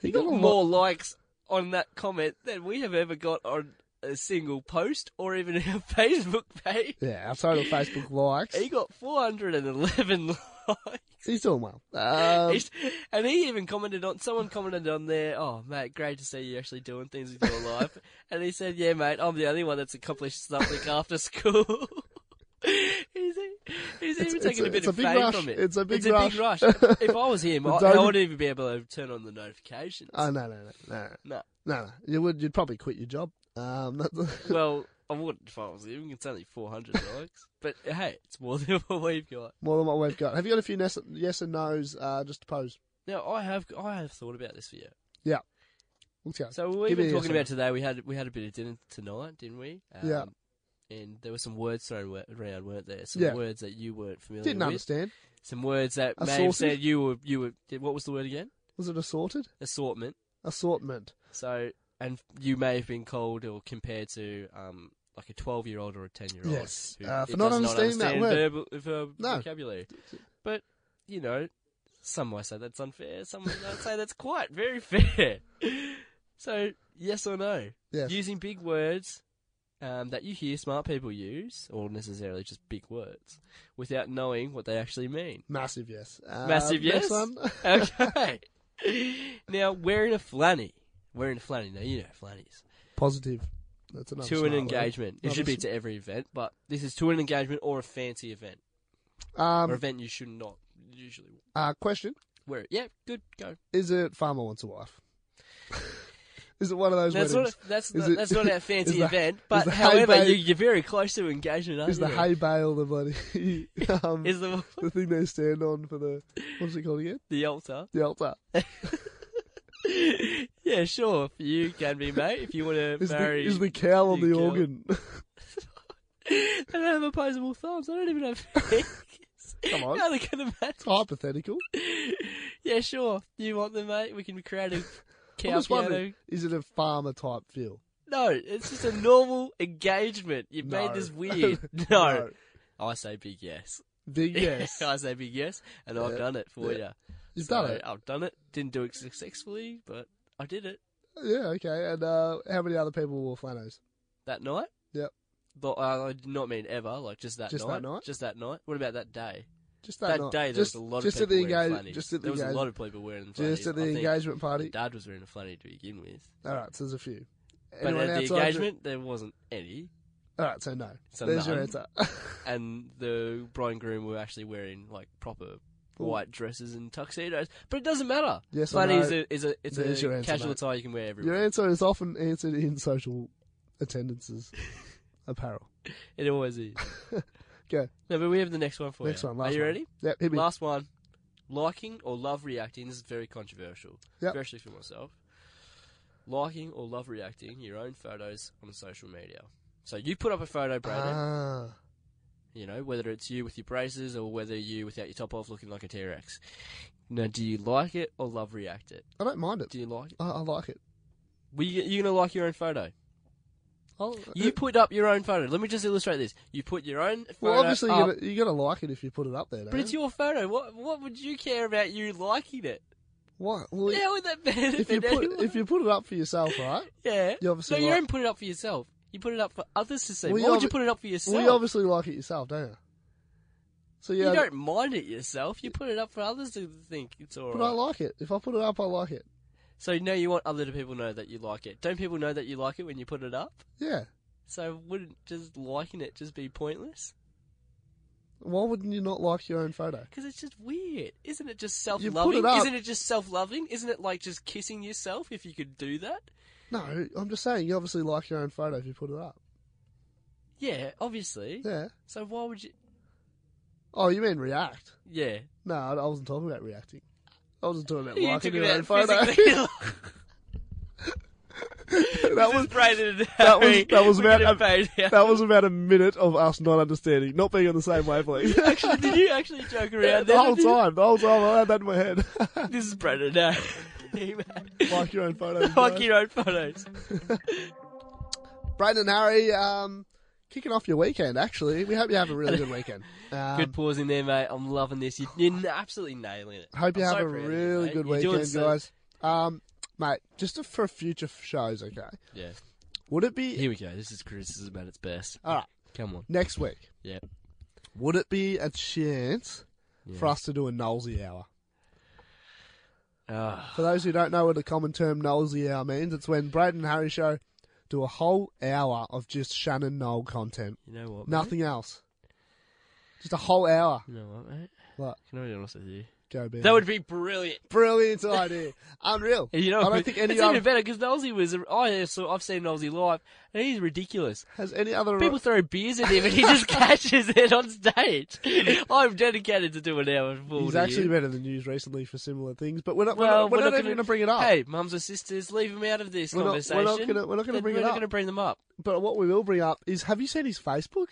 Speaker 4: he,
Speaker 5: got
Speaker 4: got,
Speaker 5: a lot-
Speaker 4: more likes on that comment than we have ever got on a single post or even our Facebook page.
Speaker 5: yeah, our total Facebook likes.
Speaker 4: He got 411 likes.
Speaker 5: He's doing well. Um,
Speaker 4: He's- and he even commented on someone commented on there, oh mate, great to see you actually doing things with your life. And he said, Yeah, mate, I'm the only one that's accomplished something after school. He's, e, he's even
Speaker 5: it's
Speaker 4: taking
Speaker 5: a-
Speaker 4: a, bit
Speaker 5: it's
Speaker 4: of
Speaker 5: a big
Speaker 4: fame
Speaker 5: rush.
Speaker 4: from it.
Speaker 5: It's a big rush.
Speaker 4: If I was him,
Speaker 5: The
Speaker 4: I, I
Speaker 5: dopam-
Speaker 4: wouldn't even be able to turn on the notifications.
Speaker 5: oh no, no, no, no,
Speaker 4: no.
Speaker 5: no, no. You would, you'd probably quit your job. Um, that's-
Speaker 4: Well, I wouldn't if I was him. It's only 400 likes. But hey, it's more than what we've got.
Speaker 5: more than what we've got. Have you got a few yes, yes and nos uh, just to pose?
Speaker 4: Now, I have I have thought about this for you.
Speaker 5: Let's go.
Speaker 4: So we've
Speaker 5: Give me
Speaker 4: been
Speaker 5: a
Speaker 4: talking
Speaker 5: second.
Speaker 4: about today. We had we had a bit of dinner tonight, didn't we? Um,
Speaker 5: Yeah.
Speaker 4: And there were some words thrown wa- around, weren't there? Some
Speaker 5: Yeah.
Speaker 4: words that you weren't familiar
Speaker 5: Didn't
Speaker 4: with.
Speaker 5: understand.
Speaker 4: Some words that
Speaker 5: A
Speaker 4: may have
Speaker 5: sausage?
Speaker 4: said you were you were. did- What was the word again?
Speaker 5: Was it assorted?
Speaker 4: Assortment.
Speaker 5: Assortment.
Speaker 4: So and you may have been called or compared to um like a twelve year old or a ten year old.
Speaker 5: Yes. Uh, for not understanding that
Speaker 4: verbal, verb
Speaker 5: No.
Speaker 4: vocabulary. But you know, some might say that's unfair. Some might say that's quite very fair. So yes or no?
Speaker 5: Yes.
Speaker 4: using big words um, that you hear smart people use, or necessarily just big words, without knowing what they actually mean.
Speaker 5: Massive yes. Uh,
Speaker 4: Massive
Speaker 5: next
Speaker 4: yes.
Speaker 5: one.
Speaker 4: okay. now wearing a flanny, wearing a flanny. Now you know flannies
Speaker 5: Positive. That's another
Speaker 4: to an
Speaker 5: smart
Speaker 4: engagement.
Speaker 5: word.
Speaker 4: It should be
Speaker 5: Another
Speaker 4: to every event, but this is to an engagement or a fancy event
Speaker 5: s- um,
Speaker 4: or event you should not usually
Speaker 5: uh, question:
Speaker 4: wear. It. Yeah, good go.
Speaker 5: Is it farmer wants a wife? is it one of those
Speaker 4: That's not
Speaker 5: weddings?
Speaker 4: a, that's
Speaker 5: Is
Speaker 4: not,
Speaker 5: it-
Speaker 4: that's not our
Speaker 5: is
Speaker 4: fancy
Speaker 5: the-
Speaker 4: event,
Speaker 5: is
Speaker 4: but
Speaker 5: the hay
Speaker 4: however,
Speaker 5: bale-
Speaker 4: you, you're very close to engagement. Aren't
Speaker 5: Is the
Speaker 4: you?
Speaker 5: hay bale the bloody um,
Speaker 4: is the
Speaker 5: the thing they stand on for the what's it called again?
Speaker 4: the altar?
Speaker 5: The altar.
Speaker 4: yeah, sure. For you can be, mate, if you want to
Speaker 5: Is the,
Speaker 4: marry
Speaker 5: is the cow on
Speaker 4: the
Speaker 5: the
Speaker 4: cow.
Speaker 5: organ?
Speaker 4: I don't have opposable thumbs. I don't even have fingers.
Speaker 5: Come on.
Speaker 4: How they can imagine?
Speaker 5: it's hypothetical.
Speaker 4: Yeah, sure. You want them, mate? We can create a
Speaker 5: I'm
Speaker 4: cow
Speaker 5: just
Speaker 4: piano.
Speaker 5: wondering, is it a farmer type feel?
Speaker 4: No, it's just a normal engagement. You've made
Speaker 5: No.
Speaker 4: this weird. No. I say big yes.
Speaker 5: Big yes.
Speaker 4: I say big yes, and I've
Speaker 5: Yeah.
Speaker 4: done it for
Speaker 5: Yeah.
Speaker 4: you.
Speaker 5: You've done it.
Speaker 4: I've done it. Didn't do it successfully, but I did it
Speaker 5: Yeah, okay. And uh, how many other people wore flannels?
Speaker 4: that night.
Speaker 5: Yep.
Speaker 4: But uh, I did not mean ever, like just that
Speaker 5: Just
Speaker 4: night.
Speaker 5: that night?
Speaker 4: Just that night. What about that day?
Speaker 5: Just
Speaker 4: That
Speaker 5: night.
Speaker 4: day, there
Speaker 5: just,
Speaker 4: was a lot of
Speaker 5: just
Speaker 4: people
Speaker 5: at the
Speaker 4: wearing
Speaker 5: engage-
Speaker 4: flannies.
Speaker 5: Just at the
Speaker 4: there was
Speaker 5: engage-
Speaker 4: a lot of people wearing flannies.
Speaker 5: just at the
Speaker 4: I think
Speaker 5: engagement
Speaker 4: the
Speaker 5: party.
Speaker 4: dad was wearing a flanny to begin with.
Speaker 5: All right, so there's a few.
Speaker 4: But
Speaker 5: Anyone
Speaker 4: at the
Speaker 5: outside your-
Speaker 4: engagement, there wasn't any.
Speaker 5: All right, so no.
Speaker 4: So
Speaker 5: there's your
Speaker 4: none.
Speaker 5: answer.
Speaker 4: And the bride and groom were actually wearing like proper white dresses and tuxedos. But it doesn't matter.
Speaker 5: Yes, I
Speaker 4: Flanny is
Speaker 5: know.
Speaker 4: a, is a, it's
Speaker 5: There's
Speaker 4: a
Speaker 5: your answer,
Speaker 4: casual
Speaker 5: mate.
Speaker 4: tie you can wear everywhere.
Speaker 5: your answer is often answered in social attendances apparel.
Speaker 4: It always is.
Speaker 5: Go.
Speaker 4: No, but we have the next one for
Speaker 5: Next
Speaker 4: you.
Speaker 5: one. Last
Speaker 4: Are you
Speaker 5: one.
Speaker 4: ready?
Speaker 5: Yep, hit me.
Speaker 4: Last one. Liking or love reacting. This is very controversial,
Speaker 5: Yep.
Speaker 4: especially for myself. Liking or love reacting your own photos on social media. So you put up a photo, Brayden.
Speaker 5: Ah,
Speaker 4: you know, whether it's you with your braces or whether you without your top off looking like a T Rex. Now, do you like it or love react it?
Speaker 5: I don't mind it.
Speaker 4: Do you like it?
Speaker 5: I, I like it.
Speaker 4: Well, you, you're going to like your own photo.
Speaker 5: I'll-
Speaker 4: You put up your own photo. Let me just illustrate this. You put your own photo
Speaker 5: well, obviously
Speaker 4: up,
Speaker 5: you gotta, you gotta like it if you put it up there.
Speaker 4: but it's your photo. What what would you care about you liking it?
Speaker 5: what? Well,
Speaker 4: yeah, would that benefit
Speaker 5: if you put
Speaker 4: anyone?
Speaker 5: if you put it up for yourself, right?
Speaker 4: yeah,
Speaker 5: you obviously
Speaker 4: no, you
Speaker 5: like-
Speaker 4: don't put it up for yourself. You put it up for others to see.
Speaker 5: Well,
Speaker 4: Why
Speaker 5: you
Speaker 4: would you
Speaker 5: obvi-
Speaker 4: put it up for yourself?
Speaker 5: Well, you obviously like it yourself, don't you? So yeah,
Speaker 4: you don't mind it yourself. You put it up for others to think it's alright.
Speaker 5: but I like it. If I put it up, I like it.
Speaker 4: So now you want other people to know that you like it. Don't people know that you like it when you put it up?
Speaker 5: Yeah.
Speaker 4: So wouldn't just liking it just be pointless?
Speaker 5: Why wouldn't you not like your own photo?
Speaker 4: Because it's just weird. Isn't it just
Speaker 5: put it
Speaker 4: self-loving?
Speaker 5: up.
Speaker 4: Isn't it just self-loving? Isn't it like just kissing yourself if you could do that?
Speaker 5: No, I'm just saying you obviously like your own photo if you put it up.
Speaker 4: Yeah, obviously.
Speaker 5: Yeah.
Speaker 4: So why would you?
Speaker 5: Oh, you mean react?
Speaker 4: Yeah.
Speaker 5: No, I I wasn't talking about reacting. I wasn't talking about
Speaker 4: You
Speaker 5: liking
Speaker 4: took
Speaker 5: your
Speaker 4: it
Speaker 5: own
Speaker 4: out
Speaker 5: photo.
Speaker 4: physically.
Speaker 5: that was
Speaker 4: Brayden
Speaker 5: that was that was about a,
Speaker 4: that
Speaker 5: that was about a minute of us not understanding, not being on the same wavelength.
Speaker 4: actually, did you actually joke around
Speaker 5: the
Speaker 4: there?
Speaker 5: whole time, the whole time I had that in my head.
Speaker 4: This is Brayden. No.
Speaker 5: like your own photo.
Speaker 4: Fuck your own photos.
Speaker 5: Brayden and Harry, um, kicking off your weekend. Actually, we hope you have a really good weekend. Um,
Speaker 4: Good pause in there, mate. I'm loving this. You- You're absolutely nailing it.
Speaker 5: Hope you
Speaker 4: I'm
Speaker 5: have
Speaker 4: so
Speaker 5: a
Speaker 4: proud of you,
Speaker 5: really
Speaker 4: mate.
Speaker 5: good
Speaker 4: You're doing
Speaker 5: weekend,
Speaker 4: so-
Speaker 5: guys. Um, mate, just to- for future f- shows, okay?
Speaker 4: Yeah.
Speaker 5: Would it be
Speaker 4: Here we go. This is criticism at its best.
Speaker 5: all right
Speaker 4: Come on.
Speaker 5: next week?
Speaker 4: Yeah.
Speaker 5: Would it be a chance for us to do a nosy hour?
Speaker 4: Ah,
Speaker 5: For those who don't know what the common term nosy hour means, it's when Brad and Harry show do a whole hour of just Shannon Noel content,
Speaker 4: you know what? mate?
Speaker 5: nothing else. Just a whole hour.
Speaker 4: You know what, mate?
Speaker 5: What?
Speaker 4: Can I be honest with you?
Speaker 5: Go, Ben.
Speaker 4: That would be brilliant.
Speaker 5: brilliant idea. Unreal.
Speaker 4: You know,
Speaker 5: I don't think any
Speaker 4: it's
Speaker 5: other
Speaker 4: even better because Nolsey was. I saw. I've seen Nolsey live, and he's ridiculous.
Speaker 5: has any other
Speaker 4: People throw beers at him, and he just catches it on stage. I'm dedicated to do an hour full.
Speaker 5: He's
Speaker 4: to
Speaker 5: actually
Speaker 4: you.
Speaker 5: been in the news recently for similar things, but we're not. We're
Speaker 4: Well,
Speaker 5: not, we're not even
Speaker 4: gonna-
Speaker 5: going to bring it up.
Speaker 4: Hey, mums and sisters, leave them out of this
Speaker 5: We're not- we're not
Speaker 4: conversation.
Speaker 5: gonna- we're not gonna
Speaker 4: Then
Speaker 5: bring it
Speaker 4: we're
Speaker 5: up.
Speaker 4: not going to bring them up.
Speaker 5: But what we will bring up is: Have you seen his Facebook?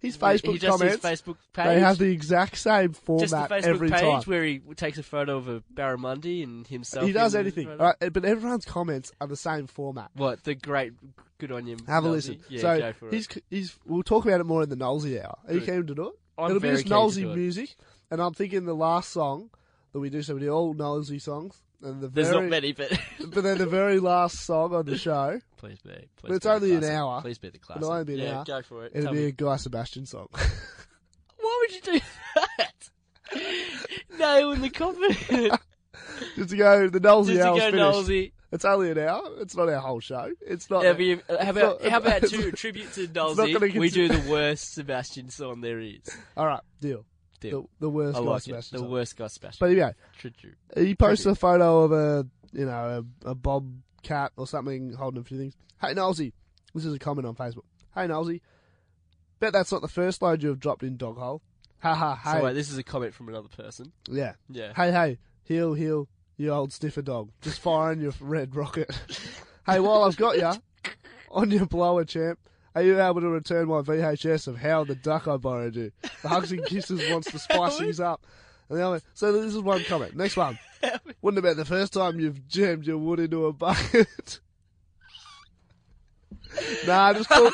Speaker 5: His Facebook
Speaker 4: he just his
Speaker 5: comments.
Speaker 4: Facebook page.
Speaker 5: They have the exact same format
Speaker 4: just the Facebook
Speaker 5: every
Speaker 4: page
Speaker 5: time.
Speaker 4: where he takes a photo of a barramundi and himself.
Speaker 5: he does
Speaker 4: in the
Speaker 5: anything,
Speaker 4: photo.
Speaker 5: right? But everyone's comments are the same format.
Speaker 4: What the great? Good on you.
Speaker 5: Have a
Speaker 4: Nolsey.
Speaker 5: listen.
Speaker 4: Yeah,
Speaker 5: so
Speaker 4: go for it.
Speaker 5: he's he's. We'll talk about it more in the Nolsey hour. Are you
Speaker 4: Good.
Speaker 5: keen to do it?
Speaker 4: I'm
Speaker 5: It'll
Speaker 4: very
Speaker 5: be just
Speaker 4: keen to
Speaker 5: Nolsey
Speaker 4: do it.
Speaker 5: music, and I'm thinking the last song that we do. So we do all Nolsey songs, and the
Speaker 4: There's
Speaker 5: very,
Speaker 4: not many, but
Speaker 5: but then the very last song on the show.
Speaker 4: please be. Please
Speaker 5: But it's
Speaker 4: be the
Speaker 5: only an
Speaker 4: classic.
Speaker 5: hour.
Speaker 4: Please be the class.
Speaker 5: It'll only be an
Speaker 4: yeah,
Speaker 5: hour.
Speaker 4: go for it.
Speaker 5: It'll
Speaker 4: Tell
Speaker 5: be
Speaker 4: me.
Speaker 5: a Guy Sebastian song.
Speaker 4: Why would you do that? no, in the comment. Just
Speaker 5: Just to go, the Nolsey
Speaker 4: to
Speaker 5: hour's
Speaker 4: go,
Speaker 5: finished.
Speaker 4: Nolsey.
Speaker 5: It's only an hour. It's not our whole show. It's not.
Speaker 4: Yeah, but you- how about
Speaker 5: not-
Speaker 4: how about
Speaker 5: it's-
Speaker 4: two tribute to
Speaker 5: not
Speaker 4: Nolsey?
Speaker 5: gonna
Speaker 4: We do
Speaker 5: consider-
Speaker 4: the worst Sebastian song there is.
Speaker 5: All right, deal.
Speaker 4: Deal.
Speaker 5: The, the worst
Speaker 4: I
Speaker 5: Guy
Speaker 4: like it.
Speaker 5: Sebastian
Speaker 4: The
Speaker 5: song.
Speaker 4: worst guy Sebastian.
Speaker 5: But anyway,
Speaker 4: Tribute.
Speaker 5: he posts a photo of a you know a, a bob cat or something holding a few things. Hey Nolsey, this is a comment on Facebook. Hey Nolsey, bet that's not the first load you have dropped in dog hole. Ha ha. Hey,
Speaker 4: So wait, this is a comment from another person.
Speaker 5: yeah.
Speaker 4: Yeah.
Speaker 5: Hey hey, heel heel, you old sniffer dog, just firing your red rocket. hey, while I've got ya on your blower, champ. Are you able to return my VHS of How the Duck I borrowed you? The Hugs and Kisses wants to spice things up. And the other, so this is one comment. Next one. Wouldn't have been the first time you've jammed your wood into a bucket. nah, just pull,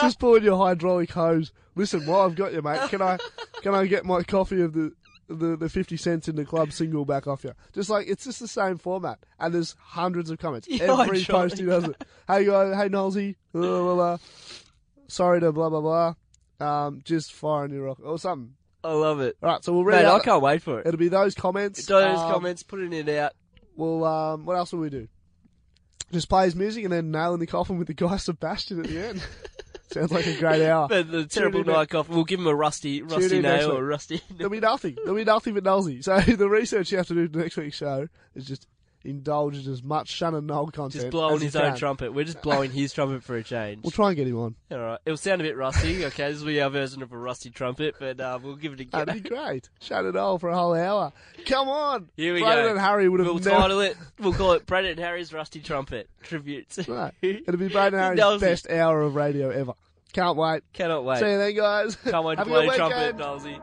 Speaker 5: just pull in your hydraulic hose. Listen, while I've got you, mate, can I can I get my coffee of the the, the fifty cents in the club single back off you? Just like it's just the same format, and there's hundreds of comments.
Speaker 4: Yeah,
Speaker 5: Every
Speaker 4: hydraulic
Speaker 5: post he does it. Hey guys, hey Nolsey, blah blah blah. Sorry to blah blah blah. Um, just firing your rock or something.
Speaker 4: I love it.
Speaker 5: All right, so we'll read
Speaker 4: Mate,
Speaker 5: out.
Speaker 4: I can't wait for it.
Speaker 5: It'll be those comments.
Speaker 4: Those
Speaker 5: Um,
Speaker 4: comments, putting it out.
Speaker 5: We'll. Um, what else will we do? Just play his music and then nail in the coffin with the guy Sebastian at the end. Sounds like a great hour.
Speaker 4: But the terrible
Speaker 5: in next-
Speaker 4: Nykoff, we'll give him a rusty, rusty
Speaker 5: in next
Speaker 4: nail
Speaker 5: week.
Speaker 4: or a rusty.
Speaker 5: There'll be nothing. There'll be nothing but Nolsey. So the research you have to do to next week's show is just indulge in as much Shannon Noel content.
Speaker 4: Just
Speaker 5: as
Speaker 4: blowing
Speaker 5: you
Speaker 4: his own
Speaker 5: can.
Speaker 4: trumpet. We're just blowing his trumpet for a change.
Speaker 5: We'll try and get him on.
Speaker 4: All right. It'll sound a bit rusty. Okay, this will be our version of a rusty trumpet, but uh, we'll give it a go.
Speaker 5: That'd be great. Shannon Noel for a whole hour. Come on.
Speaker 4: Here we
Speaker 5: Brandon
Speaker 4: go.
Speaker 5: and Harry would have
Speaker 4: We'll
Speaker 5: never-
Speaker 4: title it. We'll call it Brandon and Harry's Rusty Trumpet Tributes.
Speaker 5: Right. It'll be Brandon Harry's
Speaker 4: Nolsey.
Speaker 5: best hour of radio ever. Can't wait.
Speaker 4: Cannot wait.
Speaker 5: See you then, guys.
Speaker 4: Can't wait to
Speaker 5: Have a
Speaker 4: play
Speaker 5: good
Speaker 4: trumpet,
Speaker 5: weekend.
Speaker 4: Nolsey.